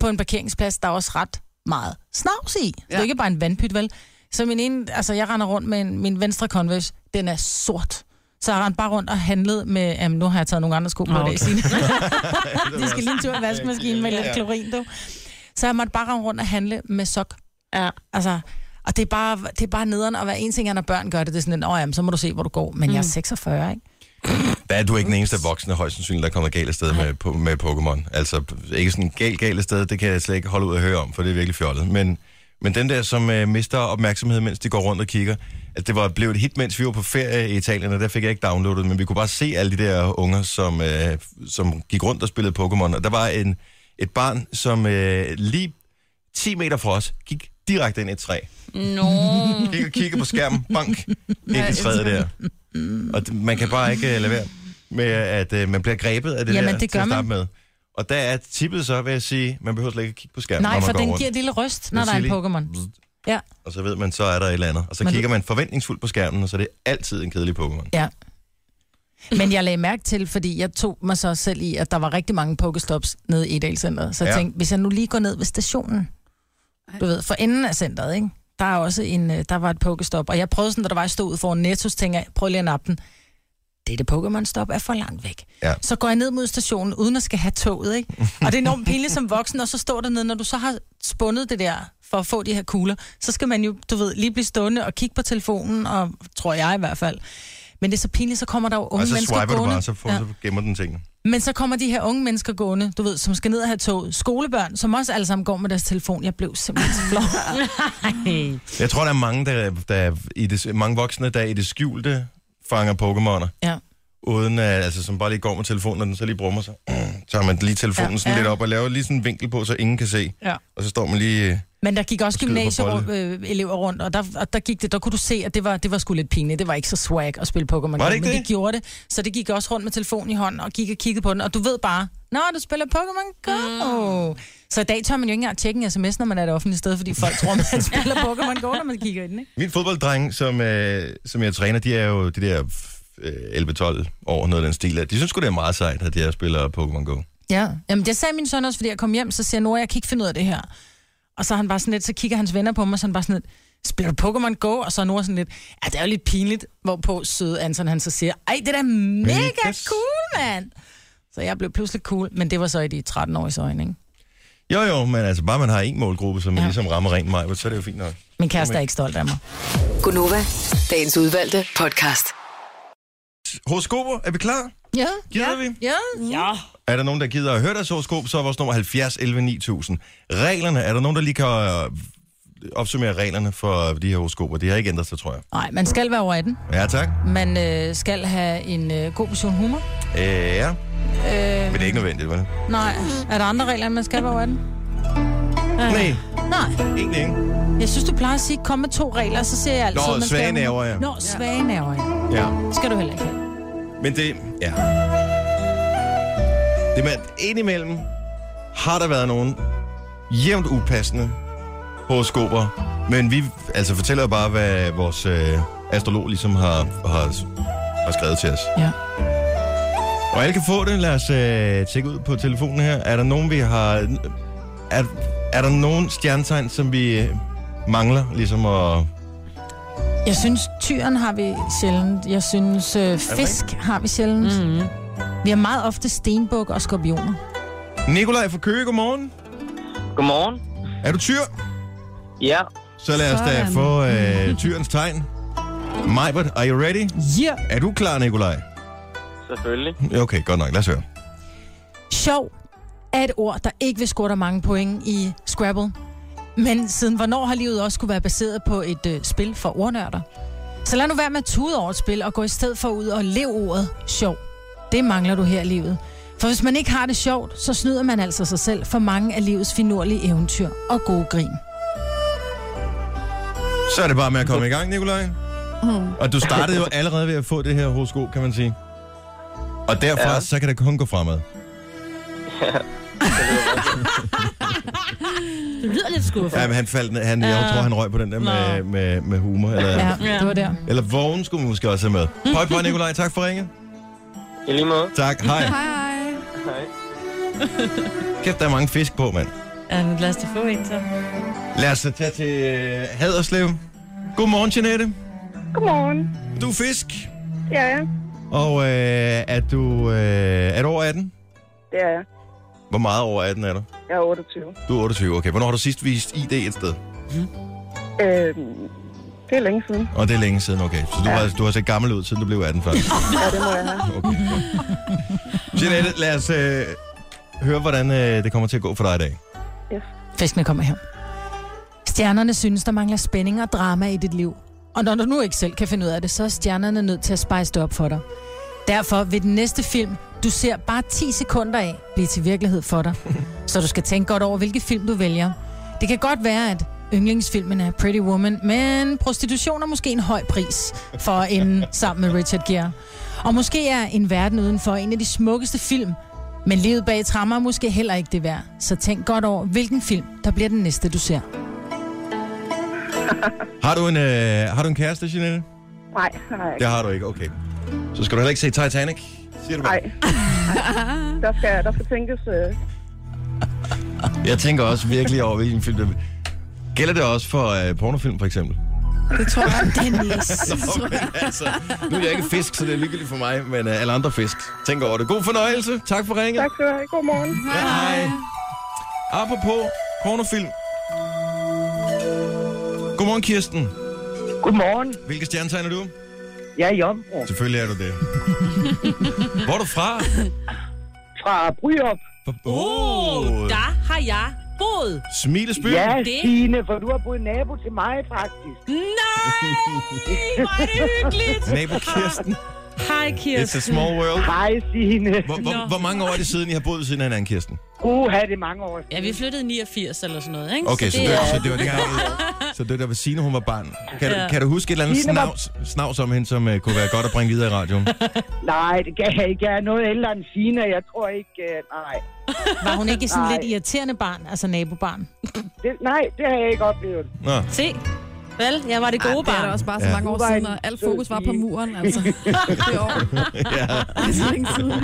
på en parkeringsplads, der er også ret meget snavs i. Ja. Det er Ja. ikke bare en vandpyt, vel? Så min ene, altså jeg render rundt med en, min venstre Converse, den er sort. Så jeg rendte bare rundt og handlede med... Jamen, nu har jeg taget nogle andre sko på Ah, okay. i dag, Signe. Altså, De skal lige en tur i vaskemaskinen med lidt klorin, du. Så jeg måtte bare rende rundt og handle med sok. Ja. Altså, og det er bare, det er bare nederen, og hver en ting, er, når børn gør det, det er sådan lidt, åh jamen, så må du se, hvor du går. Men mm. jeg er 46, ikke? Der er du ikke den eneste voksne, højst sandsynligt, der kommer galt af sted med, po- med Pokémon. Altså, ikke sådan galt galt af sted, det kan jeg slet ikke holde ud at høre om, for det er virkelig fjollet. Men, men den der, som øh, mister opmærksomhed, mens de går rundt og kigger, at det var blevet et hit, mens vi var på ferie i Italien, og der fik jeg ikke downloadet, men vi kunne bare se alle de der unger, som, øh, som gik rundt og spillede Pokémon. Og der var en, et barn, som øh, lige 10 meter fra os gik direkte ind i et træ. Nå. Gik og kigger på skærmen, bank, ind i træet der. Og det- man kan bare ikke øh, lade være med, at øh, man bliver grebet af det Jamen, der det til at gør starte med. Og der er tippet så, vil jeg sige, man behøver slet ikke at kigge på skærmen, Nej, når man for går den rundt. Mm. giver et lille ryst, når Den der er en siger Pokémon. lige, Ja. Og så ved man, så er der et eller andet. Og så Men du- kigger man forventningsfuldt på skærmen, og så er det altid en kedelig Pokémon. Ja. Men jeg lagde mærke til, fordi jeg tog mig så selv i, at der var rigtig mange pokestops nede i Edalcenteret. Så jeg Ja. ja. tænkte, hvis jeg nu lige går ned ved stationen, du ved, for enden af centret, ikke? Der er også en, øh, der var et pokestop, og jeg prøvede sådan, da der var, jeg stod ud foran Netto, så tænkte jeg, prøv lige at nappe den. Dette Pokémon-stop er for langt væk. Ja. Så går jeg ned mod stationen, uden at skal have toget, ikke? Og det er enormt pinligt som voksen, og så står der nede, når du så har spundet det der, for at få de her kugler, så skal man jo, du ved, lige blive stående og kigge på telefonen, og tror jeg i hvert fald. Men det er så pinligt, så kommer der jo unge Og så mennesker swiper du gående. bare, så, får, så gemmer den ting. Men så kommer de her unge mennesker gående, du ved, som skal ned og have toget. Skolebørn, som også alle sammen går med deres telefon. Jeg blev simpelthen så flov. Jeg tror, der er mange, der, der i det, mange voksne, der i det skjulte fanger Pokémoner. Ja. Uden at, altså, som bare lige går med telefonen, og den så lige brummer sig. tager man lige telefonen Ja. sådan lidt Ja. op og laver lige sådan en vinkel på, så ingen kan se. Ja. Og så står man lige... øh, Men der gik også Skyde på gymnasieelever rundt, og der, og der, gik det, der kunne du se, at det var, det var sgu lidt pinligt. Det var ikke så swag at spille Pokémon. Var det Go, ikke men det? det gjorde det. Så det gik også rundt med telefonen i hånden og gik og kiggede på den. Og du ved bare, Nå, du spiller Pokémon Go. Mm. Så i dag tør man jo ikke engang tjekke en sms, når man er et offentligt sted, fordi folk tror, man spiller Pokémon Go, når man kigger i den. Ikke? Min fodbolddreng, som, øh, som jeg træner, de er jo de der øh, 11-12 år, noget af den stil. der. De synes sgu, det er meget sejt, at jeg spiller Pokémon Go. Ja. Jamen, det sagde min søn også, fordi jeg kom hjem, så siger Nora, jeg kan ikke finde ud af det her. Og så er han bare sådan lidt, så kigger hans venner på mig, og så er han bare sådan lidt, spiller du Pokémon Go? Og så er Nora sådan lidt, ja, det er jo lidt pinligt, hvorpå søde Anton han så siger, ej, det er da mega Megas. cool, mand! Så jeg blev pludselig cool, men det var så i de 13-årige øjne, ikke? Jo, jo, men altså bare man har en målgruppe, som ja. Ja. ligesom rammer rent mig, så er det jo fint nok. Min kæreste er ikke stolt af mig. Gunova, dagens udvalgte podcast. Horoskoper, er vi klar? Ja, Gider vi? ja. Er der nogen, der gider at høre deres horoskop, så er vores nummer 70 11 9000. Reglerne, er der nogen, der lige kan øh, opsummere reglerne for de her horoskoper? De har ikke ændret sig, tror jeg. Nej, man skal være over 18. Ja, tak. Man øh, skal have en øh, god portion humor. Øh, ja. Men det er ikke nødvendigt, vel? Nej, er der andre regler, end man skal være over 18? Nej, Nej. egentlig ikke. Jeg synes, du plejer at sige, kom med to regler, så siger jeg altid... Nå, man skal- svage nerver, ja. Nå, svage nerver, ja. Ja. skal du heller ikke have. Men det, ja. Det med, indimellem har der været nogen jævnt upassende horoskoper, men vi altså fortæller jo bare, hvad vores øh, astrolog ligesom har, har, har skrevet til os. Ja. Og alle kan få det. Lad os øh, tjekke ud på telefonen her. Er der nogen, vi har... Er, er der nogen stjernetegn, som vi øh, mangler ligesom at... Jeg synes, tyren har vi sjældent. Jeg synes, øh, fisk har vi sjældent. Mm-hmm. Vi har meget ofte stenbuk og skorpioner. Nikolaj fra Køge, godmorgen. Godmorgen. Er du tyr? Ja, Så lad os da Sådan. få øh, tyrens tegn. Majbert, are you ready? Ja. Yeah. Er du klar, Nikolaj? selvfølgelig. Okay, godt nok. Lad os høre. Sjov er et ord, der ikke vil score dig mange point i Scrabble. Men siden hvornår har livet også kunne være baseret på et øh, spil for ordnørder? Så lad nu være med at tude over et spil og gå i stedet for ud og lev ordet sjov. Det mangler du her i livet. For hvis man ikke har det sjovt, så snyder man altså sig selv for mange af livets finurlige eventyr og gode grin. Så er det bare med at komme i gang, Nikolaj. Og du startede jo allerede ved at få det her horoskop, kan man sige. Og derfra, ja. Ja. så kan det kun gå fremad. Du lyder lidt skuffet. Ja, men han faldt ned. Han, jeg tror, han røg på den der med, med, med humor. Eller, ja. Ja, det var der. eller vågen skulle vi måske også have med. Høj på, Nikolaj. Tak for ringet. I lige måde. Tak. Hej. Hej, hej. Hej. Kæft, der er mange fisk på, mand. Ja, men Øh, lad os da få en så. Lad os så tage til øh, Haderslev. Godmorgen, Jeanette. Godmorgen. Du er fisk, Ja, ja. og øh, er, du, øh, er du over 18? Det er jeg. Hvor meget over 18 er du? Jeg er 28. Du er 28, okay. Hvornår har du sidst vist ID et sted? Øhm, det er længe siden. Og det er længe siden, okay. Så du, ja. har, du har set gammel ud, siden du blev 18 før. Ja, det må jeg have. Okay. Jeanette, lad os øh, høre, hvordan øh, det kommer til at gå for dig i dag. Fiskene kommer her. Stjernerne synes, der mangler spænding og drama i dit liv. Og når du nu ikke selv kan finde ud af det, så er stjernerne nødt til at spejse det op for dig. Derfor vil den næste film, du ser bare 10 sekunder af, blive til virkelighed for dig. Så du skal tænke godt over, hvilke film du vælger. Det kan godt være, at yndlingsfilmen er Pretty Woman, men prostitution er måske en høj pris for at ende sammen med Richard Gere. Og måske er En Verden Udenfor en af de smukkeste film, men livet bag trammer er måske heller ikke det værd. Så tænk godt over, hvilken film, der bliver den næste, du ser. Har du en, øh, har du en kæreste, Jeanette? Nej, nej. Det har du ikke, okay. Så skal du heller ikke se Titanic, siger du bare. Nej. Der skal, der skal tænkes... Øh, Jeg tænker også virkelig over, hvilken film det Gælder det også for øh, pornofilm, for eksempel? Det tror jeg. Nå, men altså, nu er jeg ikke fisk, så det er lykkeligt for mig, men øh, alle andre fisk. Tænk over det. God fornøjelse. Tak for ringet. tak skal du have. God morgen. Ja, hej. Apropos pornofilm. Godmorgen, Kirsten. Godmorgen. Hvilke stjernetegn er du? Jeg er Jomfru Selvfølgelig er du det. Hvor er du fra? fra Bryop. Oh, der har jeg boet. Smilesby. Ja, det- Stine, for du har boet nabo til mig, faktisk. Nej, hvor er det hyggeligt. Nabo Kirsten. Hej, Kirsten. It's a small world. Hej, Signe. Hvor, hvor, Nå. hvor mange år er det siden, I har boet ved siden af hinanden, Kirsten? Uha, det er mange år siden. Ja, vi flyttede i 89 eller sådan noget, ikke? Okay, så det, så det var dengang, så det der var Signe, hun var barn. Kan, Ja. ja. kan du huske et eller andet Signe var- snavs, snavs om hende, som uh, kunne være godt at bringe videre i radioen? Nej, det kan jeg ikke. Jeg er noget ældre end Signe. Jeg tror ikke... øh, nej. Var hun ikke sådan Nej. lidt irriterende barn, altså nabobarn? Det, nej, det har jeg ikke oplevet. Nå. Se, vel, jeg var det gode Det er da barn. også bare så Ja. mange år Du var siden, en og alt sød fokus var på pige. muren, altså. Det år. Ja, Det er så længe siden. Åh,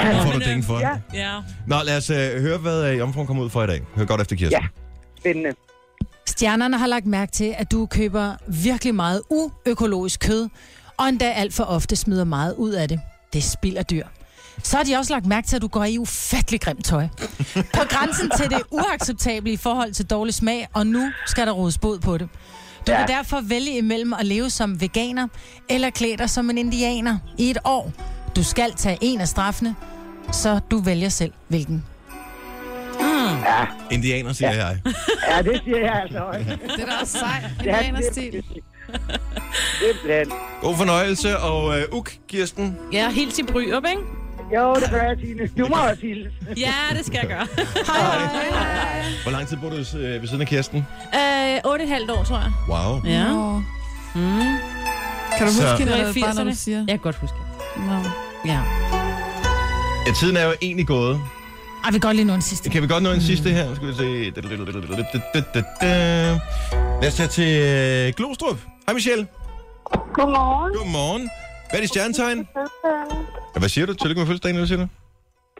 så får du men, øh, dænge for Ja. det. Ja. Nå, lad os uh, høre, hvad uh, Jomfruen kom ud for i dag. Hør godt efter, Kirsten. Ja. Spændende. Stjernerne har lagt mærke til, at du køber virkelig meget uøkologisk kød, og endda alt for ofte smider meget ud af det. Det spilder dyr. Så har de også lagt mærke til, at du går i ufattelig grimt tøj. På grænsen til det uacceptable i forhold til dårlig smag, og nu skal der rodes bod på det. Du kan derfor vælge imellem at leve som veganer, eller klæde dig som en indianer i et år. Du skal tage en af straffene, så du vælger selv, hvilken. Indianer, siger ja. jeg. Ja, det siger jeg altså også. Det er da også sejt. Ja, Indianers stil. Simpelthen. God fornøjelse, og uh, uk, Kirsten. Ja, helt til Bryrup, ikke? Jo, det gør jeg, Signe. Du må også hilse. Ja, det skal jeg gøre. Hvor lang tid bor du uh, ved siden af Kirsten? Øh, otte et halvt år, tror jeg. Wow. Ja. Mm. Nå. Kan du huske Så- Det var hende, i eller er det bare, når du 80'erne? siger? Jeg kan godt huske. Nå. Ja. Ja, tiden er jo egentlig gået. Ej, vi kan godt lige nå en sidste. Kan vi godt nå en sidste her? Nu Skal vi se. Lad os tage til øh, Glostrup. Hej Michelle. Godmorgen. Godmorgen. Hvad er dit stjernetegn? Ja, Hvad siger du? Tillykke med fødselsdagen, eller hvad siger du?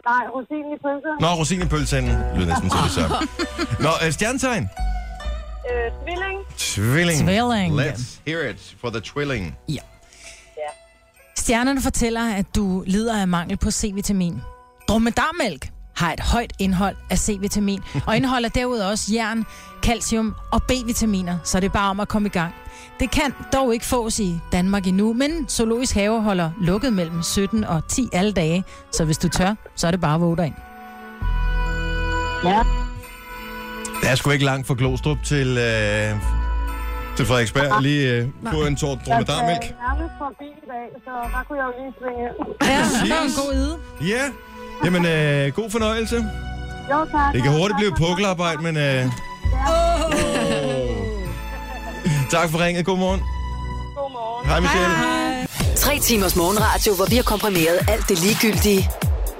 Nej, rosinen i pølserne. Nå, rosin i pølseenden. Det lyder næsten som det samme. Nå, øh, stjernetegn. Øh, tvilling. Tvilling. Tvilling. Let's hear it for the twilling. Stjernerne fortæller, at du lider af mangel på C-vitamin. Dromedarmælk har et højt indhold af C-vitamin, og indeholder derudover også jern, calcium og B-vitaminer, så det er bare om at komme i gang. Det kan dog ikke fås i Danmark endnu, men Zoologisk Have holder lukket mellem 17 og 10 alle dage, så hvis du tør, så er det bare at våge dig ind. Der er sgu ikke langt fra Glostrup til, øh, til Frederiksberg. Lige øh, på en tårt dromedarmælk. Altså, Jeg er nærmest forbi i dag, så der kunne jeg jo lige svinge ind. Ja, det det var er en en god ide. Ja. Jamen, øh, god fornøjelse. Jo, tak. Det kan hurtigt blive pukkelarbejde, men... Øh... tak for ringet. Godmorgen. Godmorgen. Hej Michelle. Hej. Tre timers morgenradio, hvor vi har komprimeret alt det ligegyldige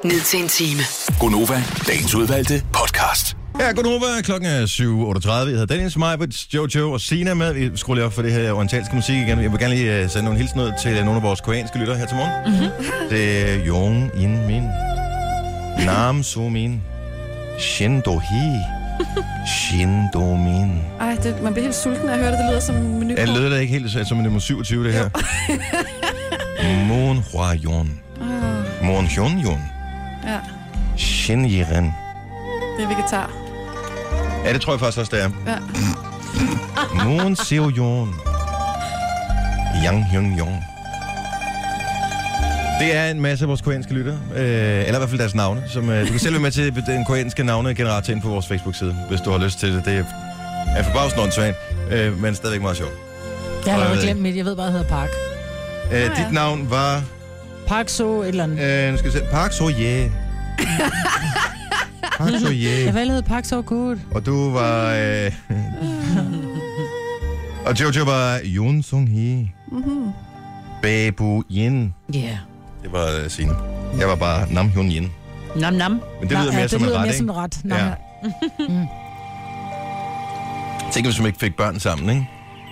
ned til en time. Gonova, dagens udvalgte podcast. Ja, godnova. Klokken er 7.38. Jeg hedder Dennis Meibert, Jojo og Sina med. Vi skruer lige op for det her orientalske musik igen. Jeg vil gerne lige øh, sende nogle hilsen ud til nogle af vores koreanske lyttere her til morgen. Mm-hmm. Det er Jong In Min, Nam So Min, Shin Do Hee, Shin Do Min. Ej, det, man bliver helt sulten af at høre det. Det lyder som en menu. Ja, det lyder da ikke helt så- som nummer 27, det her. Moon Hua Yon. Moon Hyun Yon. Ja, Shin Yiren. det er vegetar. Ja, det tror jeg faktisk også, det er. Ja. Moon Seo Yon. Yang Hyun Yon. Det er en masse af vores koreanske lytter, øh, eller i hvert fald deres navne, som øh, du kan selv være med til den koreanske navnegenerator ind på vores Facebook-side, hvis du har lyst til det. Det er forbavsende åndssvagt, øh, men stadigvæk meget sjovt. Jeg har Og jeg allerede ved glemt mit. Jeg ved bare, at hedder Park. Øh, ja. Dit navn var... Park så et eller andet. Øh, nu skal vi se. Park So Ye. Park So Jeg Ye. valgte hedder Park så godt. Og du var... Øh... Og Jojo var Yoon Sung Hee. Mm-hmm. Babu Yin. Ja. Det var øh, Signe. Jeg var bare Nam Hyun Yin. Nam nam. Men det lyder mere ja, som det en lyder ret, mere ikke? som en ret. Nå, Ja. Tænk, hvis man ikke fik børn sammen, ikke?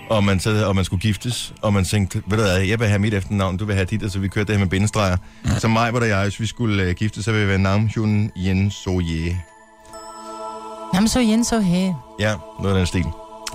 Og man, sad, og man skulle giftes, og man tænkte, ved du hvad, jeg vil have mit efternavn, du vil have dit, og så vi kørte det her med bindestreger. Så mig, hvor der jeg, hvis vi skulle uh, giftes, så ville vi være Nam Hyun Yin So Ye. Jamen så Jens så hey. Ja, noget af den stil.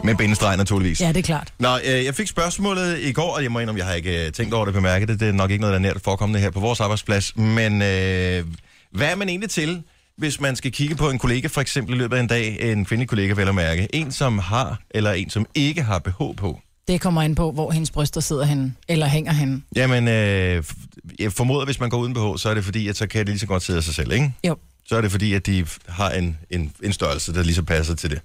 Med bindestreger naturligvis. Ja, det er klart. Nå, øh, jeg fik spørgsmålet i går, og jeg må indrømme, jeg har ikke øh, tænkt over det, bemærket det. Det er nok ikke noget, der er nært forekommende her på vores arbejdsplads. Men øh, hvad er man egentlig til, hvis man skal kigge på en kollega, for eksempel i løbet af en dag, en kvindelig kollega, vel at mærke, en som har, eller en som ikke har behov på? Det kommer ind på, hvor hendes bryster sidder henne, eller hænger henne. Jamen, øh, f- jeg formoder, hvis man går uden behov, så er det fordi, at så kan det lige så godt sidde af sig selv, ikke? Jo. Så er det fordi, at de f- har en, en, en størrelse, der lige så passer til det.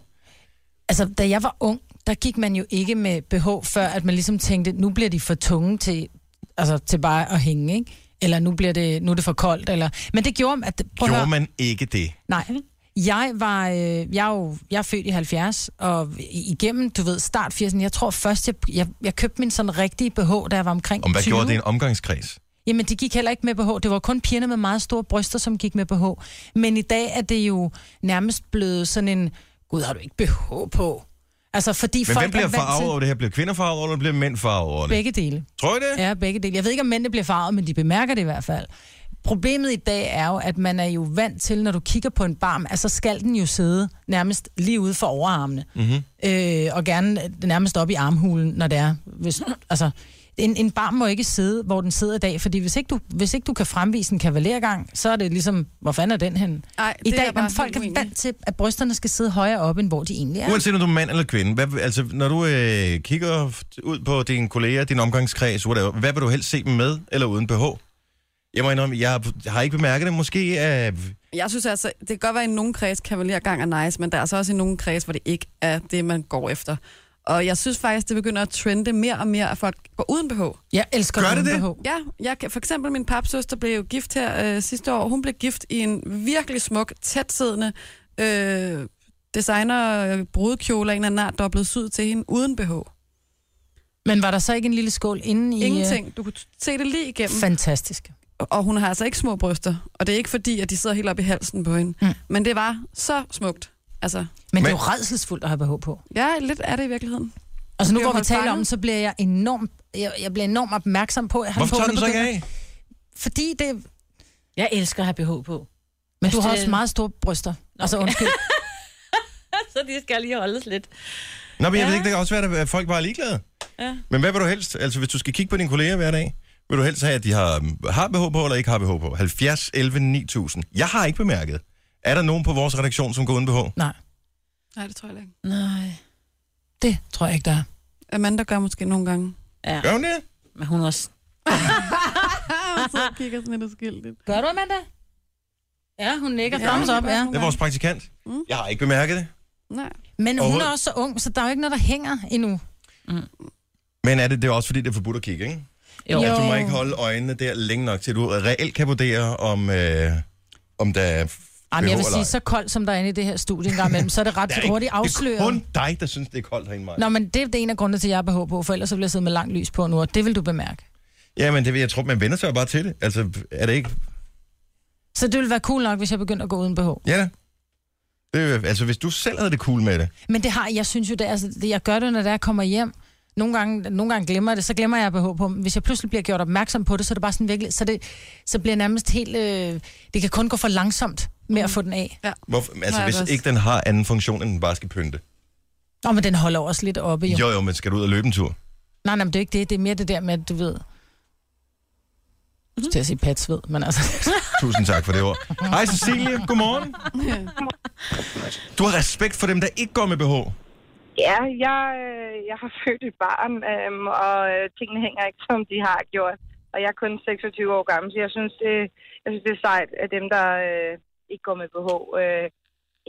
Altså, da jeg var ung, der gik man jo ikke med BH, før at man ligesom tænkte, nu bliver de for tunge til altså, til bare at hænge, ikke? Eller nu, bliver det, nu er det for koldt, eller... Men det gjorde, at, prøv at høre, Gjorde man ikke det? Nej. Jeg var, øh, jeg er jo, jeg er født i 70, og i- igennem, du ved, start 80'erne, jeg tror først, jeg, jeg, jeg købte min sådan rigtige BH, da jeg var omkring Om hvad 20. gjorde det i en omgangskreds? Jamen, de gik heller ikke med BH. Det var kun pigerne med meget store bryster, som gik med BH. Men i dag er det jo nærmest blevet sådan en, gud, har du ikke BH på? Altså, fordi Men folk hvem bliver er vant farvet til over det her? Bliver kvinder farvet over det, eller bliver mænd farvet over det? begge dele. Tror I det? Ja, begge dele. Jeg ved ikke, om mændene bliver farvet, men de bemærker det i hvert fald. Problemet i dag er jo, at man er jo vant til, når du kigger på en barm, altså skal den jo sidde nærmest lige ude for overarmene. Mhm. Mm-hmm. Øh, og gerne nærmest op i armhulen, når det er. Hvis, altså, en, en barm må ikke sidde, hvor den sidder i dag, fordi hvis ikke du, hvis ikke du kan fremvise en kavalergang, så er det ligesom, hvor fanden er den henne? Ej, I det er dag jeg bare er folk helt er uenig vant til, at brysterne skal sidde højere op, end hvor de egentlig er. Uanset om du er mand eller kvinde, hvad, altså, når du øh, kigger f- ud på dine kolleger, din omgangskreds, whatever, hvad vil du helst se dem med eller uden BH? Jeg må indrømme, jeg har ikke bemærket det. Måske øh, er... Jeg synes altså, det kan godt være, at i nogle kreds kavalergang er nice, men der er så også i nogle kreds, hvor det ikke er det, man går efter. Og jeg synes faktisk, det begynder at trende mere og mere, at folk går uden BH. Jeg elsker Gør uden det BH. det? Ja, jeg kan, for eksempel min papsøster blev jo gift her øh, sidste år. Hun blev gift i en virkelig smuk, tætsiddende øh, designer øh, brudekjole af en eller anden art, der var blevet syet til hende uden BH. Men var der så ikke en lille skål inde i... øh, Ingenting. Du kunne t- se det lige igennem. Fantastisk. Og hun har altså ikke små bryster. Og det er ikke fordi, at de sidder helt oppe i halsen på hende. Mm. Men det var så smukt. Altså, Men det er jo redselsfuldt at have BH på. Ja, lidt er det i virkeligheden. Altså nu, Bliver hvor vi holdt taler om fanget. den, så bliver jeg enormt, jeg, jeg bliver enormt opmærksom på, at han Hvorfor på, tager den så ikke begynder- Fordi det... Jeg elsker at have BH på. Men du har det- også meget store bryster. Altså undskyld. så de skal lige holdes lidt. Nå, men jeg Ja. ved ikke, det kan også være, at folk bare er ligeglade. Ja. Men hvad vil du helst? Altså, hvis du skal kigge på dine kolleger hver dag, vil du helst have, at de har, har BH på eller ikke har BH på? 70, 11, 9000. Jeg har ikke bemærket. Er der nogen på vores redaktion, som går uden BH? Nej. Nej, det tror jeg ikke. Nej. Det tror jeg ikke, der er. Amanda gør måske nogle gange. Ja. Gør hun det? Men hun også. Hun sidder og Ah, kigger sådan lidt uskyldigt. Gør du, Amanda? Ja, hun nikker. Ja, Thumbs up, ja. Det er vores praktikant. Mm. Jeg har ikke bemærket det. Nej. Men hun er Overhovedet. også så ung, så der er jo ikke noget, der hænger endnu. Men er det, det er også, fordi det er forbudt at kigge, ikke? Jo. Altså, du må Jo. ikke holde øjnene der længe nok, til du reelt kan vurdere, om, øh, om der er Ej, men jeg vil eller ej. sige, så koldt som der er inde i det her studie engang imellem, så er det ret Der er ikke- hurtigt Det er kun afsløret. dig, der synes, det er koldt herinde, Maja. Nå, men det er en af grundene til, at jeg har behov på, for ellers så vil jeg sidde med langt lys på nu, og det vil du bemærke. Ja, men det, jeg tror, man vender sig jo bare til det. Altså, er det ikke? Så det ville være cool nok, hvis jeg begyndte at gå uden behov. Ja da. Det, er jo- altså, hvis du selv havde det cool med det. Men det har, jeg synes jo, det, er- altså, det, jeg gør det, når det er, jeg kommer hjem. Nogle gange, nogle gange glemmer jeg det, så glemmer jeg BH på. Men Hvis jeg pludselig bliver gjort opmærksom på det, så er det bare sådan virkelig, så, det, så bliver jeg nærmest helt, øh, det kan kun gå for langsomt med at få den af. Ja. Hvorfor, altså, Nej, det er hvis også- ikke den har anden funktion, end den bare skal pynte. Nå, men den holder også lidt oppe, jo. jo. Jo, jo, men skal du ud og løbe en tur? Nej, nej, men det er ikke det. Det er mere det der med, at du ved... Mm-hmm. Til at sige patsved, men altså... Tusind tak for det ord. Hej Cecilie, godmorgen. Du har respekt for dem, der ikke går med BH. Ja, jeg, øh, jeg har født et barn, øhm, og øh, tingene hænger ikke, som de har gjort. Og jeg er kun 26 år gammel, så jeg synes, det, jeg synes, det er sejt, at dem, der øh, ikke går med BH, øh,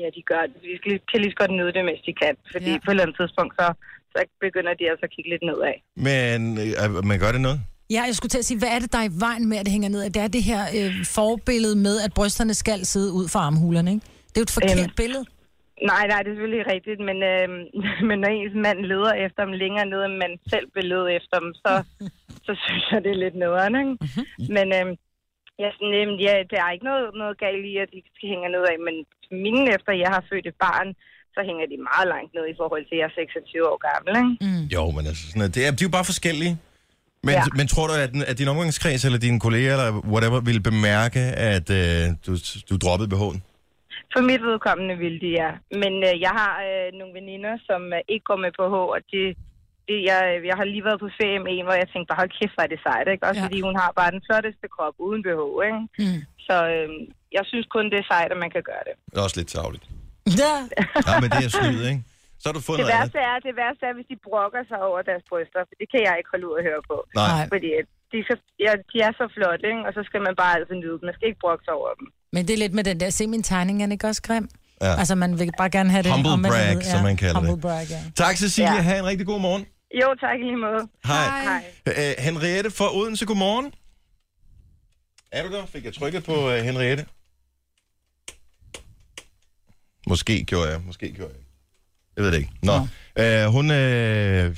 ja, de gør det. De skal, kan lige så godt nyde det, mens de kan. Fordi ja. på et eller andet tidspunkt, så, så begynder de altså at kigge lidt nedad. Men øh, man gør det noget? Ja, jeg skulle til at sige, hvad er det, der er i vejen med, at det hænger ned? Det er det her øh, forbillede med, at brysterne skal sidde ud for armhulerne, ikke? Det er jo et forkert Øhm, øhm. billede. Nej, nej, det er selvfølgelig rigtigt, men, øh, men når ens mand leder efter dem længere ned, end man selv vil lede efter dem, så, så synes jeg, det er lidt nederen, ikke? Men øh, jeg er sådan, jamen, ja, der er ikke noget, noget galt i, at de skal hænge nedad, men mine efter, jeg har født et barn, så hænger de meget langt ned i forhold til, at jeg er 26 år gammel, ikke? Mm. Jo, men altså, sådan, noget, det er, de er jo bare forskellige. Men, ja. Ja. men tror du, at, den- at din omgangskreds eller dine kolleger eller whatever ville bemærke, at øh, du, du droppede BH'en? For mit vedkommende ville de, ja. Men øh, jeg har øh, nogle veninder, som øh, ikke går med på H, og det, det, jeg, øh, jeg har lige været på ferie med en, hvor jeg tænkte, bare hold kæft, hvor er det sejt, ikke? Også Ja. ja. fordi hun har bare den flotteste krop uden BH, ikke? Mm. Så øh, jeg synes kun, det er sejt, at man kan gøre det. Det er også lidt tavligt. Ja. Ja, men det er snyd, ikke? Så har du fundet Det noget andet. værste, er, det værste er, hvis de brokker sig over deres bryster, for det kan jeg ikke holde ud at høre på. Nej. Fordi at de, er så, ja, de er så flotte, ikke? og så skal man bare altid nyde dem. Man skal ikke brokke sig over dem. Men det er lidt med den der, se min tegning, er den ikke også grim? Ja. Ja. Altså, man vil bare gerne have det. Humble om man er brag, ved- som man kalder det. Humble brag, ja. Tak, Cecilie. Ja. Ja. Ha' en rigtig god morgen. Jo, tak i lige måde. Hej. Hej. Øh, Henriette fra Odense, godmorgen. Er du der? Fik jeg trykket på uh, Henriette? Måske gjorde jeg, måske gjorde jeg ikke. Jeg ved det ikke. Nå. Øh, hun... Øh...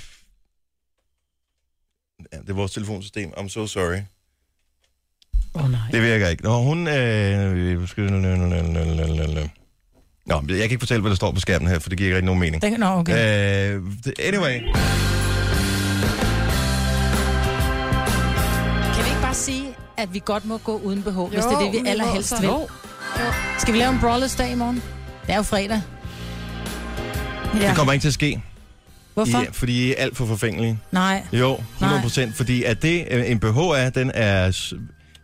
Ja, det er vores telefonsystem. I'm so sorry. Åh oh, nej. Det virker ikke. Nå, hun... Øh... skal- Nå, jeg kan ikke fortælle, hvad der står på skærmen her, for det giver ikke rigtig nogen mening. Den, nå, okay. Øh, anyway. Kan vi ikke bare sige, at vi godt må gå uden BH, jo, hvis Jo, det er det, vi uden allerhelst BH, så- vil? Jo. Skal vi lave en Brawlers dag i morgen? Det er jo fredag. Ja. Det kommer ikke til at ske. Hvorfor? Ja, fordi I er alt for forfængelige. Nej. Jo, 100 procent. Fordi at det, øh, en BH er, den er, s-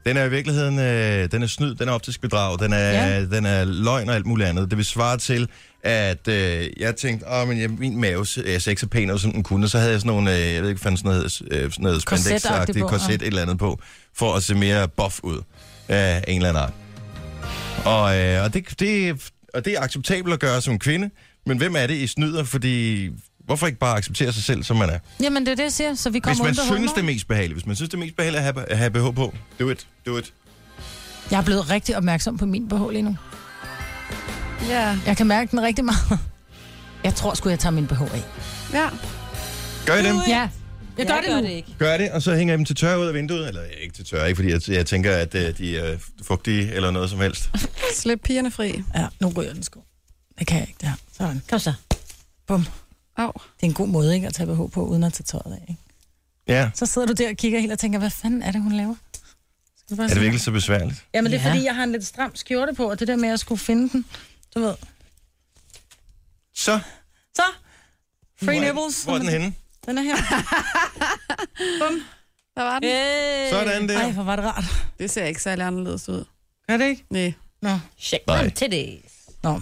den er i virkeligheden, øh, den er snyd, den er optisk bedrag, den er, Ja. ja. den er løgn og alt muligt andet. Det vil svare til, at øh, jeg tænkte, åh, men jeg, min mave er sexy pæn, ud, som den kunne, og så havde jeg sådan nogle, øh, jeg ved ikke, fandt sådan noget, øh, sådan noget Korsetagtigt spandex-agtigt på, korset, ja. et eller andet på, for at se mere buff ud af en eller anden art. Og, øh, og, det, det, og det er acceptabelt at gøre som kvinde, men hvem er det, I snyder? Fordi hvorfor ikke bare acceptere sig selv, som man er? Jamen, det er det, jeg siger. Så vi Hvis kommer man uden BH i synes, morgen. det er mest behageligt, hvis man synes, det er mest behageligt at have, at have BH på, do it, do it. Jeg er blevet rigtig opmærksom på min BH lige nu. Ja. Jeg kan mærke den rigtig meget. Jeg tror sgu, jeg tager min BH af. Ja. Gør I det? Ja. Jeg gør Jeg det gør nu. det ikke. Gør det, og så hænger jeg dem til tørre ud af vinduet. Eller ikke til tørre, ikke fordi jeg, jeg tænker, at øh, de er fugtige eller noget som helst. Slip pigerne fri. Ja, nu ryger den sgu. Det kan jeg ikke, det her. Sådan. Kom så. Bum. Au. Det er en god måde, ikke, at tage BH på, uden at tage tøjet af, ikke? Ja. Så sidder du der og kigger helt og tænker, hvad fanden er det, hun laver? Skal du bare Er det sige- virkelig så besværligt? Jamen, det er Ja. ja. fordi, jeg har en lidt stram skjorte på, og det der med, at jeg skulle finde den, du ved. Så, Så, free Hvor er- nipples. hvor er den henne? Den er her. Bum. Der var den. Hey. Sådan der. Ej, hvor var det rart. Det ser ikke særlig anderledes ud. Er det ikke? Nej. Nå. Shake Nej. them titties. Nå.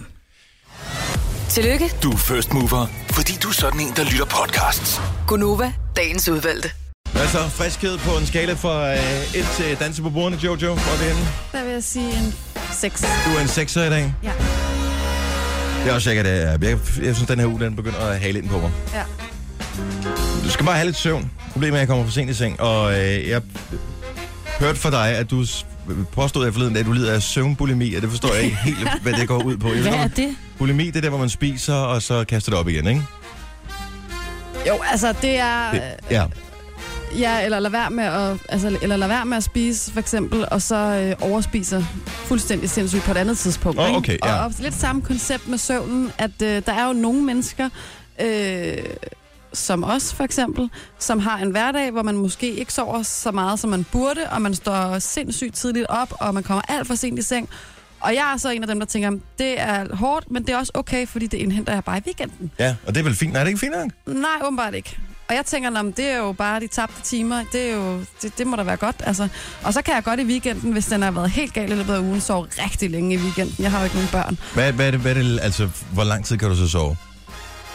Tillykke, Du er first mover, fordi du er sådan en, der lytter podcasts. Gunova, dagens udvalgte. Hvad så? Altså, Friskhed på en skala fra øh, 1 til danse på bordene, Jojo? Hvor er det henne? Der vil jeg sige en 6. Du er en sekser i dag. Ja. Det er også sikkert, at øh, jeg, jeg synes, den her uge den begynder at hale ind på mig. Ja. Du skal bare have lidt søvn. Problemet er, at jeg kommer for sent i seng, og øh, jeg hørte fra dig, at du s- påstod her forleden, dag, at du lider af søvnbulimi, og det forstår jeg ikke helt, hvad det går ud på. Jeg ved, Hvad når er man- det? Bulimi, det er der, hvor man spiser, og så kaster det op igen, ikke? Jo, altså det er... Det, ja. Ja, eller lad være med at, altså, eller lad være med at spise, for eksempel, og så øh, overspiser fuldstændig sindssygt på et andet tidspunkt. Åh, ikke? okay, ja. og, og lidt samme koncept med søvnen, at øh, der er jo nogle mennesker, øh, som os for eksempel, som har en hverdag, hvor man måske ikke sover så meget, som man burde, og man står sindssygt tidligt op, og man kommer alt for sent i seng. Og jeg er så en af dem, der tænker, det er hårdt, men det er også okay, fordi det indhenter jeg bare i weekenden. Ja, og det er vel fint. Nej, det er ikke fint nok. Nej, åbenbart ikke. Og jeg tænker, "Nå, men det er jo bare de tabte timer. Det, er jo, det, det må da være godt. Altså. Og så kan jeg godt i weekenden, hvis den har været helt gal i løbet af ugen, sove rigtig længe i weekenden. Jeg har jo ikke nogen børn. Hvad, hvad, er det, hvad er det, altså, hvor lang tid kan du så sove?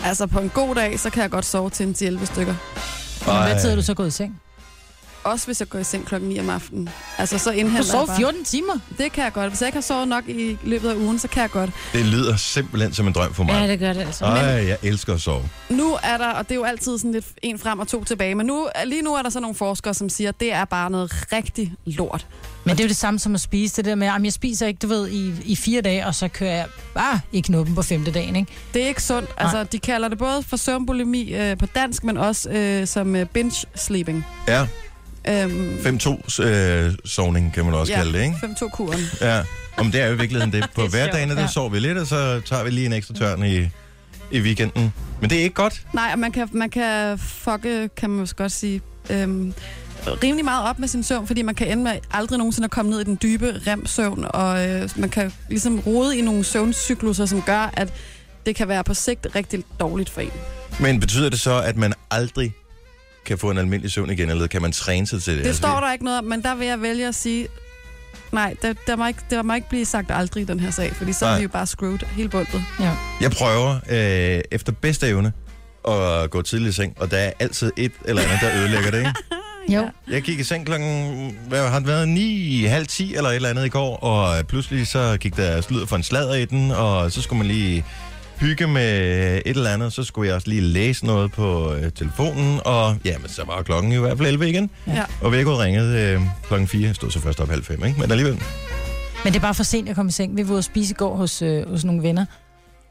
Altså på en god dag, så kan jeg godt sove til en 11 stykker. Men hvad tid er Ej. du så gået i seng? Også hvis jeg går i seng klokken 9 om aftenen. Altså så indhenter Du sov jeg bare- 14 timer? Det kan jeg godt. Hvis jeg ikke har sovet nok i løbet af ugen, så kan jeg godt. Det lyder simpelthen som en drøm for mig. Ja, det gør det altså. Ej, jeg elsker at sove. Nu er der, og det er jo altid sådan lidt en frem og to tilbage, men nu, lige nu er der så nogle forskere, som siger, at det er bare noget rigtig lort. Men det er jo det samme som at spise det der med, at jeg spiser ikke, du ved, i, i fire dage, og så kører jeg bare i knuppen på femte dagen, ikke? Det er ikke sundt. Altså, de kalder det både for søvnbulimi øh, på dansk, men også øh, som øh, binge sleeping. Ja, Øhm, 5-2 øh, sovning kan man også ja. kalde det, ikke? 5-2-kuren. Ja, om det er jo i virkeligheden det. På Det er hverdagen, sjovt, der ja. sover vi lidt, og så tager vi lige en ekstra tørn i, i weekenden. Men det er ikke godt. Nej, og man kan, man kan fucke, kan man måske godt sige, øhm, rimelig meget op med sin søvn, fordi man kan ende med aldrig nogensinde at komme ned i den dybe rem-søvn, og øh, man kan ligesom rode i nogle søvncykluser, som gør, at det kan være på sigt rigtig dårligt for en. Men betyder det så, at man aldrig kan få en almindelig søvn igen, eller kan man træne sig til det? Altså, Det står der ikke noget om, men der vil jeg vælge at sige, nej, der, der, må, ikke, der må ikke blive sagt aldrig i den her sag, fordi så Nej. er vi jo bare screwed hele bundet. Ja. Jeg prøver øh, efter bedste evne at gå tidligt i seng, og der er altid et eller andet, der ødelægger det, ikke? Jo. Jeg gik i seng klokken, hvad har det været, 9, halv 10 eller et eller andet i går, og pludselig så gik der sludder for en sladder i den, og så skulle man lige hygge med et eller andet, så skulle jeg også lige læse noget på øh, telefonen, og jamen, så var klokken i hvert fald 11 igen. Ja. Og Vækod ringede øh, klokken 4, jeg stod så først op halv 5, ikke? men alligevel. Men det er bare for sent at komme i seng. Vi var ude at spise i går hos, øh, hos nogle venner.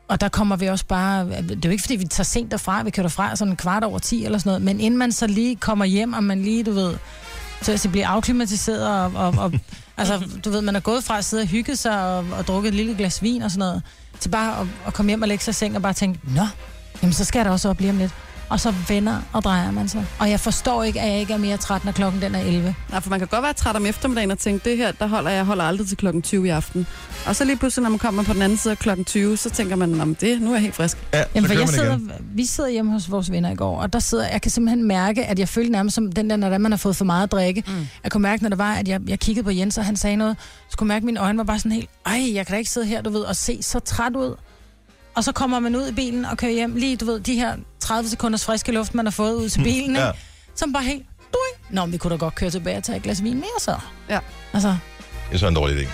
Og der kommer vi også bare... Det er jo ikke, fordi vi tager sent derfra. Vi kører derfra sådan en kvart over 10 eller sådan noget. Men inden man så lige kommer hjem, og man lige, du ved... Så altså bliver afklimatiseret, og, og, og altså, du ved, man er gået fra at sidde og hygge sig og, og drukke et lille glas vin og sådan noget, til bare at, at komme hjem og lægge sig i seng og bare tænke, nå, jamen så skal jeg da også op lige om lidt. Og så vender og drejer man sig. Og jeg forstår ikke, at jeg ikke er mere træt, når klokken den er 11. Nej, for man kan godt være træt om eftermiddagen og tænke, det her, der holder jeg holder aldrig til klokken 20 i aften. Og så lige pludselig, når man kommer på den anden side af klokken 20, så tænker man, om det, nu er jeg helt frisk. Ja, Jamen, for jeg sidder, vi sidder hjemme hos vores venner i går, og der sidder, jeg kan simpelthen mærke, at jeg følte nærmest som den der, når man har fået for meget at drikke. Mm. Jeg kunne mærke, når det var, at jeg, jeg kiggede på Jens, og han sagde noget, så kunne jeg mærke, at mine øjne var bare sådan helt, ej, jeg kan da ikke sidde her, du ved, og se så træt ud. Og så kommer man ud i bilen og kører hjem, lige, du ved, de her 30 sekunders friske luft, man har fået ud til bilen, Ja. ja. som bare helt, duing. Nå, men vi kunne da godt køre tilbage og tage et glas vin mere så. Ja. Altså, Det er så en dårlig idé.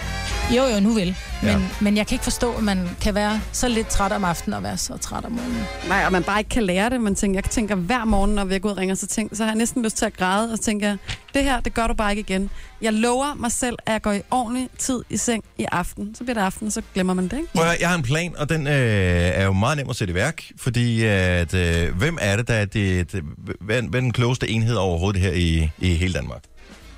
jo, jo, nu vel. Men, Ja. ja. men jeg kan ikke forstå, at man kan være så lidt træt om aftenen og være så træt om morgenen. Nej, og man bare ikke kan lære det. Man tænker, jeg tænker hver morgen, når vi går ud og ringer, så, tænker, så har jeg næsten lyst til at græde, og så tænker jeg, det her, det gør du bare ikke igen. Jeg lover mig selv, at jeg går i ordentlig tid i seng i aften. Så bliver det aften, og så glemmer man det, ikke? Prøv at, høre, jeg har en plan, og den øh, er jo meget nem at sætte i værk, fordi at, øh, hvem er det, der er, det, det, hvad, hvad er den klogeste enhed overhovedet her i, i hele Danmark?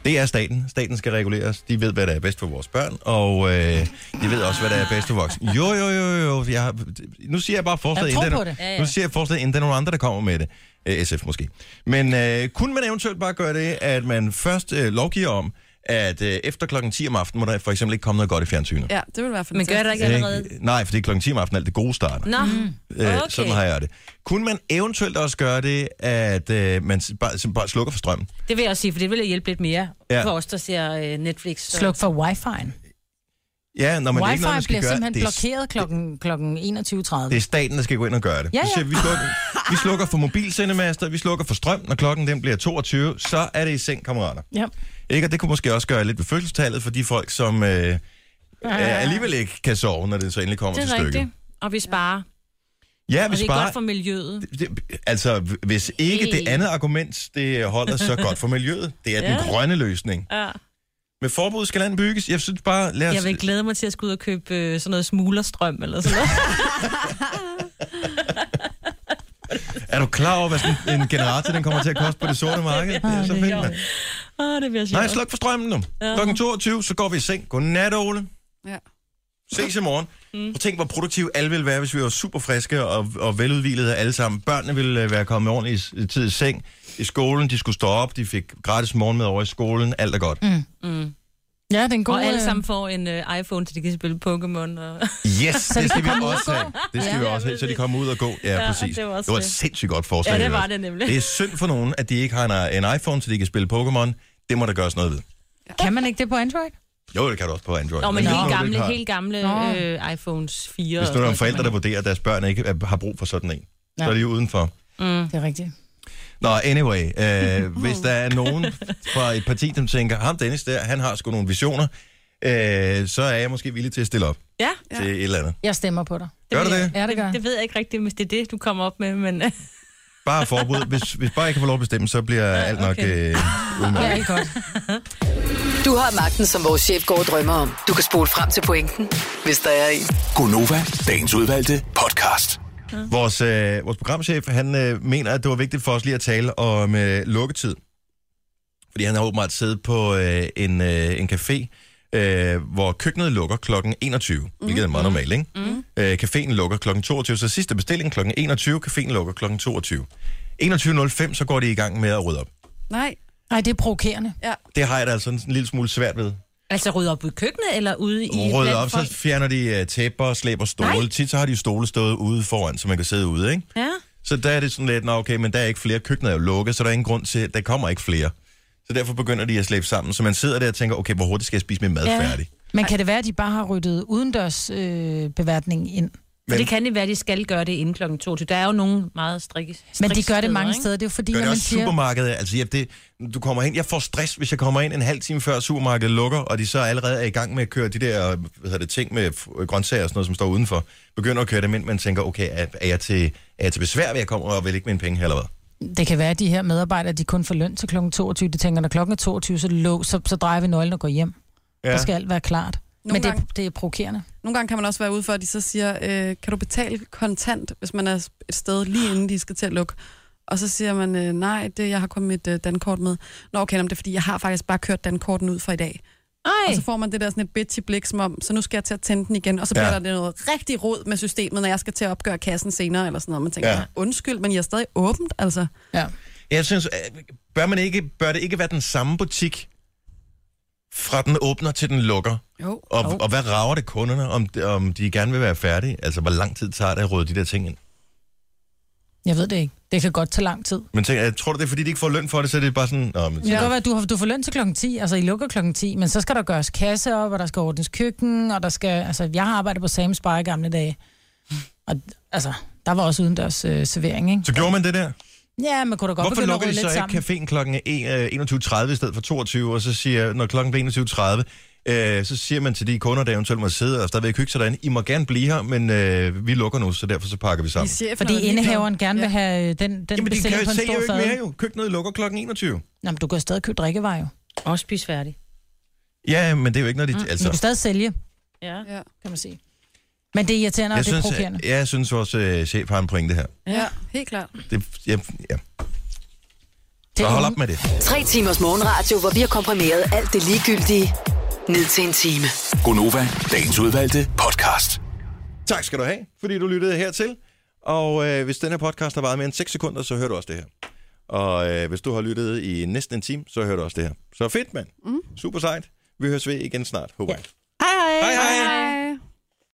Det er staten. Staten skal reguleres. De ved, hvad der er bedst for vores børn, og øh, de ved også, hvad der er bedst for voksne. Jo, jo, jo, jo. Jeg har, nu siger jeg bare forslaget, Jeg tror inden på der- det. Ja, ja. nu siger jeg forslaget, inden der er nogen andre, der kommer med det. Øh, SF måske. Men øh, kunne man eventuelt bare gøre det, at man først øh, lovgiver om, at øh, efter klokken 10 om aftenen må der for eksempel ikke komme noget godt i fjernsynet. Ja, det vil være Men fantastisk. gør det ikke allerede? Ikke? Nej, for det er klokken 10 om aftenen, alt det gode starter. Nå, Øh, okay. Sådan har jeg det. Kunne man eventuelt også gøre det, at øh, man s- bare, simpelthen bare slukker for strømmen? Det vil jeg også sige, for det vil hjælpe lidt mere Ja. ja. for os, der ser øh, Netflix. Så. Sluk for wifi'en. Ja, når man det er Wi-Fi ikke noget, man skal bliver gøre. simpelthen Det er, blokeret klokken, klokken 21.30. det er staten, der skal gå ind og gøre det. Ja, Vi, ja. siger, vi, slukker, vi slukker for mobilsendemaster, vi slukker for strøm, når klokken den bliver 22, så er det i seng, kammerater. Ja. Ikke? Og det kunne måske også gøre lidt ved fødselstallet for de folk, som øh, øh, alligevel ikke kan sove, når det så endelig kommer det til er stykket. rigtigt. Og vi sparer. Ja, og vi det er sparer godt for miljøet. Det, altså, hvis ikke det andet argument, det holder så godt for miljøet, det er den Ja. grønne løsning. Ja. Med forbud skal land bygges. Jeg synes bare, lad os... Jeg vil glæde mig til at skulle ud og købe øh, sådan noget smuglerstrøm eller sådan noget. Er du klar over, hvad sådan en generator den kommer til at koste på det sorte marked? Ah, Det er så fedt, mand. Åh, det bliver sjovt. Nej, sluk for strømmen nu. Ja. Klokken 22, så går vi i seng. Godnat, Ole. Ja. Ses i morgen. Mm. Og tænk, hvor produktive alle ville være, hvis vi var super friske og, og veludvilede alle sammen. Børnene ville øh, være kommet ordentligt i s- tid i seng. I skolen, de skulle stå op, de fik gratis morgenmad over i skolen. Alt er godt. Mm. Mm. Ja, det er en god... og alle øh, sammen får en øh, iPhone, så de kan spille Pokémon. Og... Yes, Så de det skal kan vi komme ud også og have. gå. Det skal ja, Ja. vi også have, så de kommer ud og gå. Ja, ja Ja, præcis. Det det var, var det også var et fedt. sindssygt godt forslag. Ja, det i var øvrigt. det nemlig. Det er synd for nogen, at de ikke har en, en iPhone, så de kan spille Pokémon. Det må der gøres noget ved. Kan man ikke det på Android? Jo, det kan du også på Android. Nå, men hvis helt nu du ikke gamle, har- helt gamle Nå. øh, iPhones Hvis nu 4. og der er sådan nogle forældre, der noget. vurderer, at deres børn ikke er- har brug for sådan en, ja. så Ja. er de jo udenfor. Mm. Det er rigtigt. Nå, anyway, øh, hvis der er nogen fra et parti, der tænker, ham Dennis der, han har sgu nogle visioner, øh, så er jeg måske villig til at stille op Ja. ja. til et eller andet. Jeg stemmer på dig. Gør du det? Ja, det gør Det, det ved jeg ikke rigtigt, hvis det er det, du kommer op med, men... Bare forbud. Hvis, hvis bare jeg kan få lov at bestemme, så bliver ja, alt nok okay. øh, udmærket. er godt. Du har magten, som vores chef går og drømmer om. Du kan spole frem til pointen, hvis der er en. Gonova, dagens udvalgte podcast. Vores, øh, vores programchef, han øh, mener, at det var vigtigt for os lige at tale om øh, lukketid. Fordi han har åbenbart siddet på øh, en, øh, en café, øh, hvor køkkenet lukker kl. 21, mm. hvilket er meget normalt, ikke? Mm. Øh, caféen lukker kl. 22, så sidste bestilling kl. 21, caféen lukker kl. 22. 21.05, så går de i gang med at rydde op. Nej. Nej, det er provokerende. Ja. Det har jeg da altså en, en lille smule svært ved. Altså rydde op i køkkenet, eller ude i... Rydde blandt op, folk? så fjerner de øh, tæpper og slæber stole. Nej. Tit så har de stole stået ude foran, så man kan sidde ude, ikke? Ja. Så der er det sådan lidt, nå okay, men der er ikke flere, køkkenet er jo lukket, så der er ingen grund til, at der kommer ikke flere. Så derfor begynder de at slæbe sammen, så man sidder der og tænker, okay, hvor hurtigt skal jeg spise min mad ja. færdig? Men kan det være, at de bare har ryddet udendørs øh, beværtning ind? Men... Det kan det være, de skal gøre det inden klokken 22. Der er jo nogen meget strikkes. Men de gør det mange steder. Det er jo fordi, Gør når det man også i siger... supermarkedet. Altså, ja, det, du kommer ind, jeg får stress, hvis jeg kommer ind en halv time før supermarkedet lukker, og de så allerede er i gang med at køre de der hvad hedder det, ting med f- grøntsager og sådan noget, som står udenfor. Begynder at køre dem ind, man tænker, okay, er, er, jeg, til, er jeg til besvær, ved jeg kommer og vil ikke mine penge eller hvad? Det kan være, at de her medarbejdere, de kun får løn til kl. 22. De tænker, når klokken er 22, så, lå, så, så drejer vi nøglen og går hjem. Ja. Ja. Der skal alt være klart. Nogle Men det, gange- det er provokerende. Nogle gange kan man også være ude for, at de så siger, øh, kan du betale kontant, hvis man er et sted lige inden de skal til at lukke? Og så siger man, øh, nej, det, jeg har kun mit øh, dankort med. Nå, okay, nå, men det er fordi, jeg har faktisk bare kørt dankorten ud for i dag. Ej. Og Altså, så får man det der sådan et bitchy blik, som om, så nu skal jeg til at tænde den igen, og så Ja. bliver ja. der det noget rigtig rod med systemet, når jeg skal til at opgøre kassen senere, eller sådan noget. Man tænker, Ja. ja. undskyld, men jeg er stadig åbent, altså. Ja. Jeg synes, øh, bør, man ikke, bør det ikke være den samme butik, fra den åbner til den lukker? Jo. Og, og hvad rager det kunderne, om, om de gerne vil være færdige? Altså, hvor lang tid tager det at råde de der ting ind? Jeg ved det ikke. Det kan godt tage lang tid. Men tænk, jeg tror du, det er, fordi de ikke får løn for det, så er det bare sådan... Nå, men, Det kan godt være, at du har du får løn til klokken 10, altså I lukker klokken 10, men så skal der gøres kasse op, og der skal ordnes køkken, og der skal, altså jeg har arbejdet på Sam's Bar i gamle dage, og altså, der var også udendørs øh, servering, ikke? Så gjorde man det der? Ja, man kunne da godt Hvorfor begynde at lukker rulle de lidt så sammen. ikke caféen klokken er en- øh, 21.30 i stedet for 22, og så siger, når klokken bliver 21.30, øh, så siger man til de kunder, der eventuelt må sidde og stadigvæk hygge sig derinde, I må gerne blive her, men øh, vi lukker nu, så derfor så pakker vi sammen. Fordi indehaveren gerne vil have øh, den, den Jamen, de kan bestilling jo på en sælge stor jo ikke mere fad. jo. Køkkenet lukker klokken 21. Nå, men du kan stadig købe drikkevarer jo. Og spise færdig. Ja, men det er jo ikke, når de... Mm. Altså. Du kan Altså, stadig sælge, Ja. ja. kan man sige. Men det er irriterende, og jeg det er synes, provokerende. jeg, jeg synes vores øh, chef har en pointe her. Ja, helt klart. Det, jeg, ja. Så hold op med det. Tre timers morgenradio, hvor vi har komprimeret alt det ligegyldige ned til en time. Gonova, dagens udvalgte podcast. Tak skal du have, fordi du lyttede hertil. Og øh, hvis den her podcast har varet mere end 6 sekunder, så hører du også det her. Og øh, hvis du har lyttet i næsten en time, så hører du også det her. Så fedt, mand. Mm. Super sejt. Vi høres ved igen snart, håber jeg. Hej hej! Hej, hej!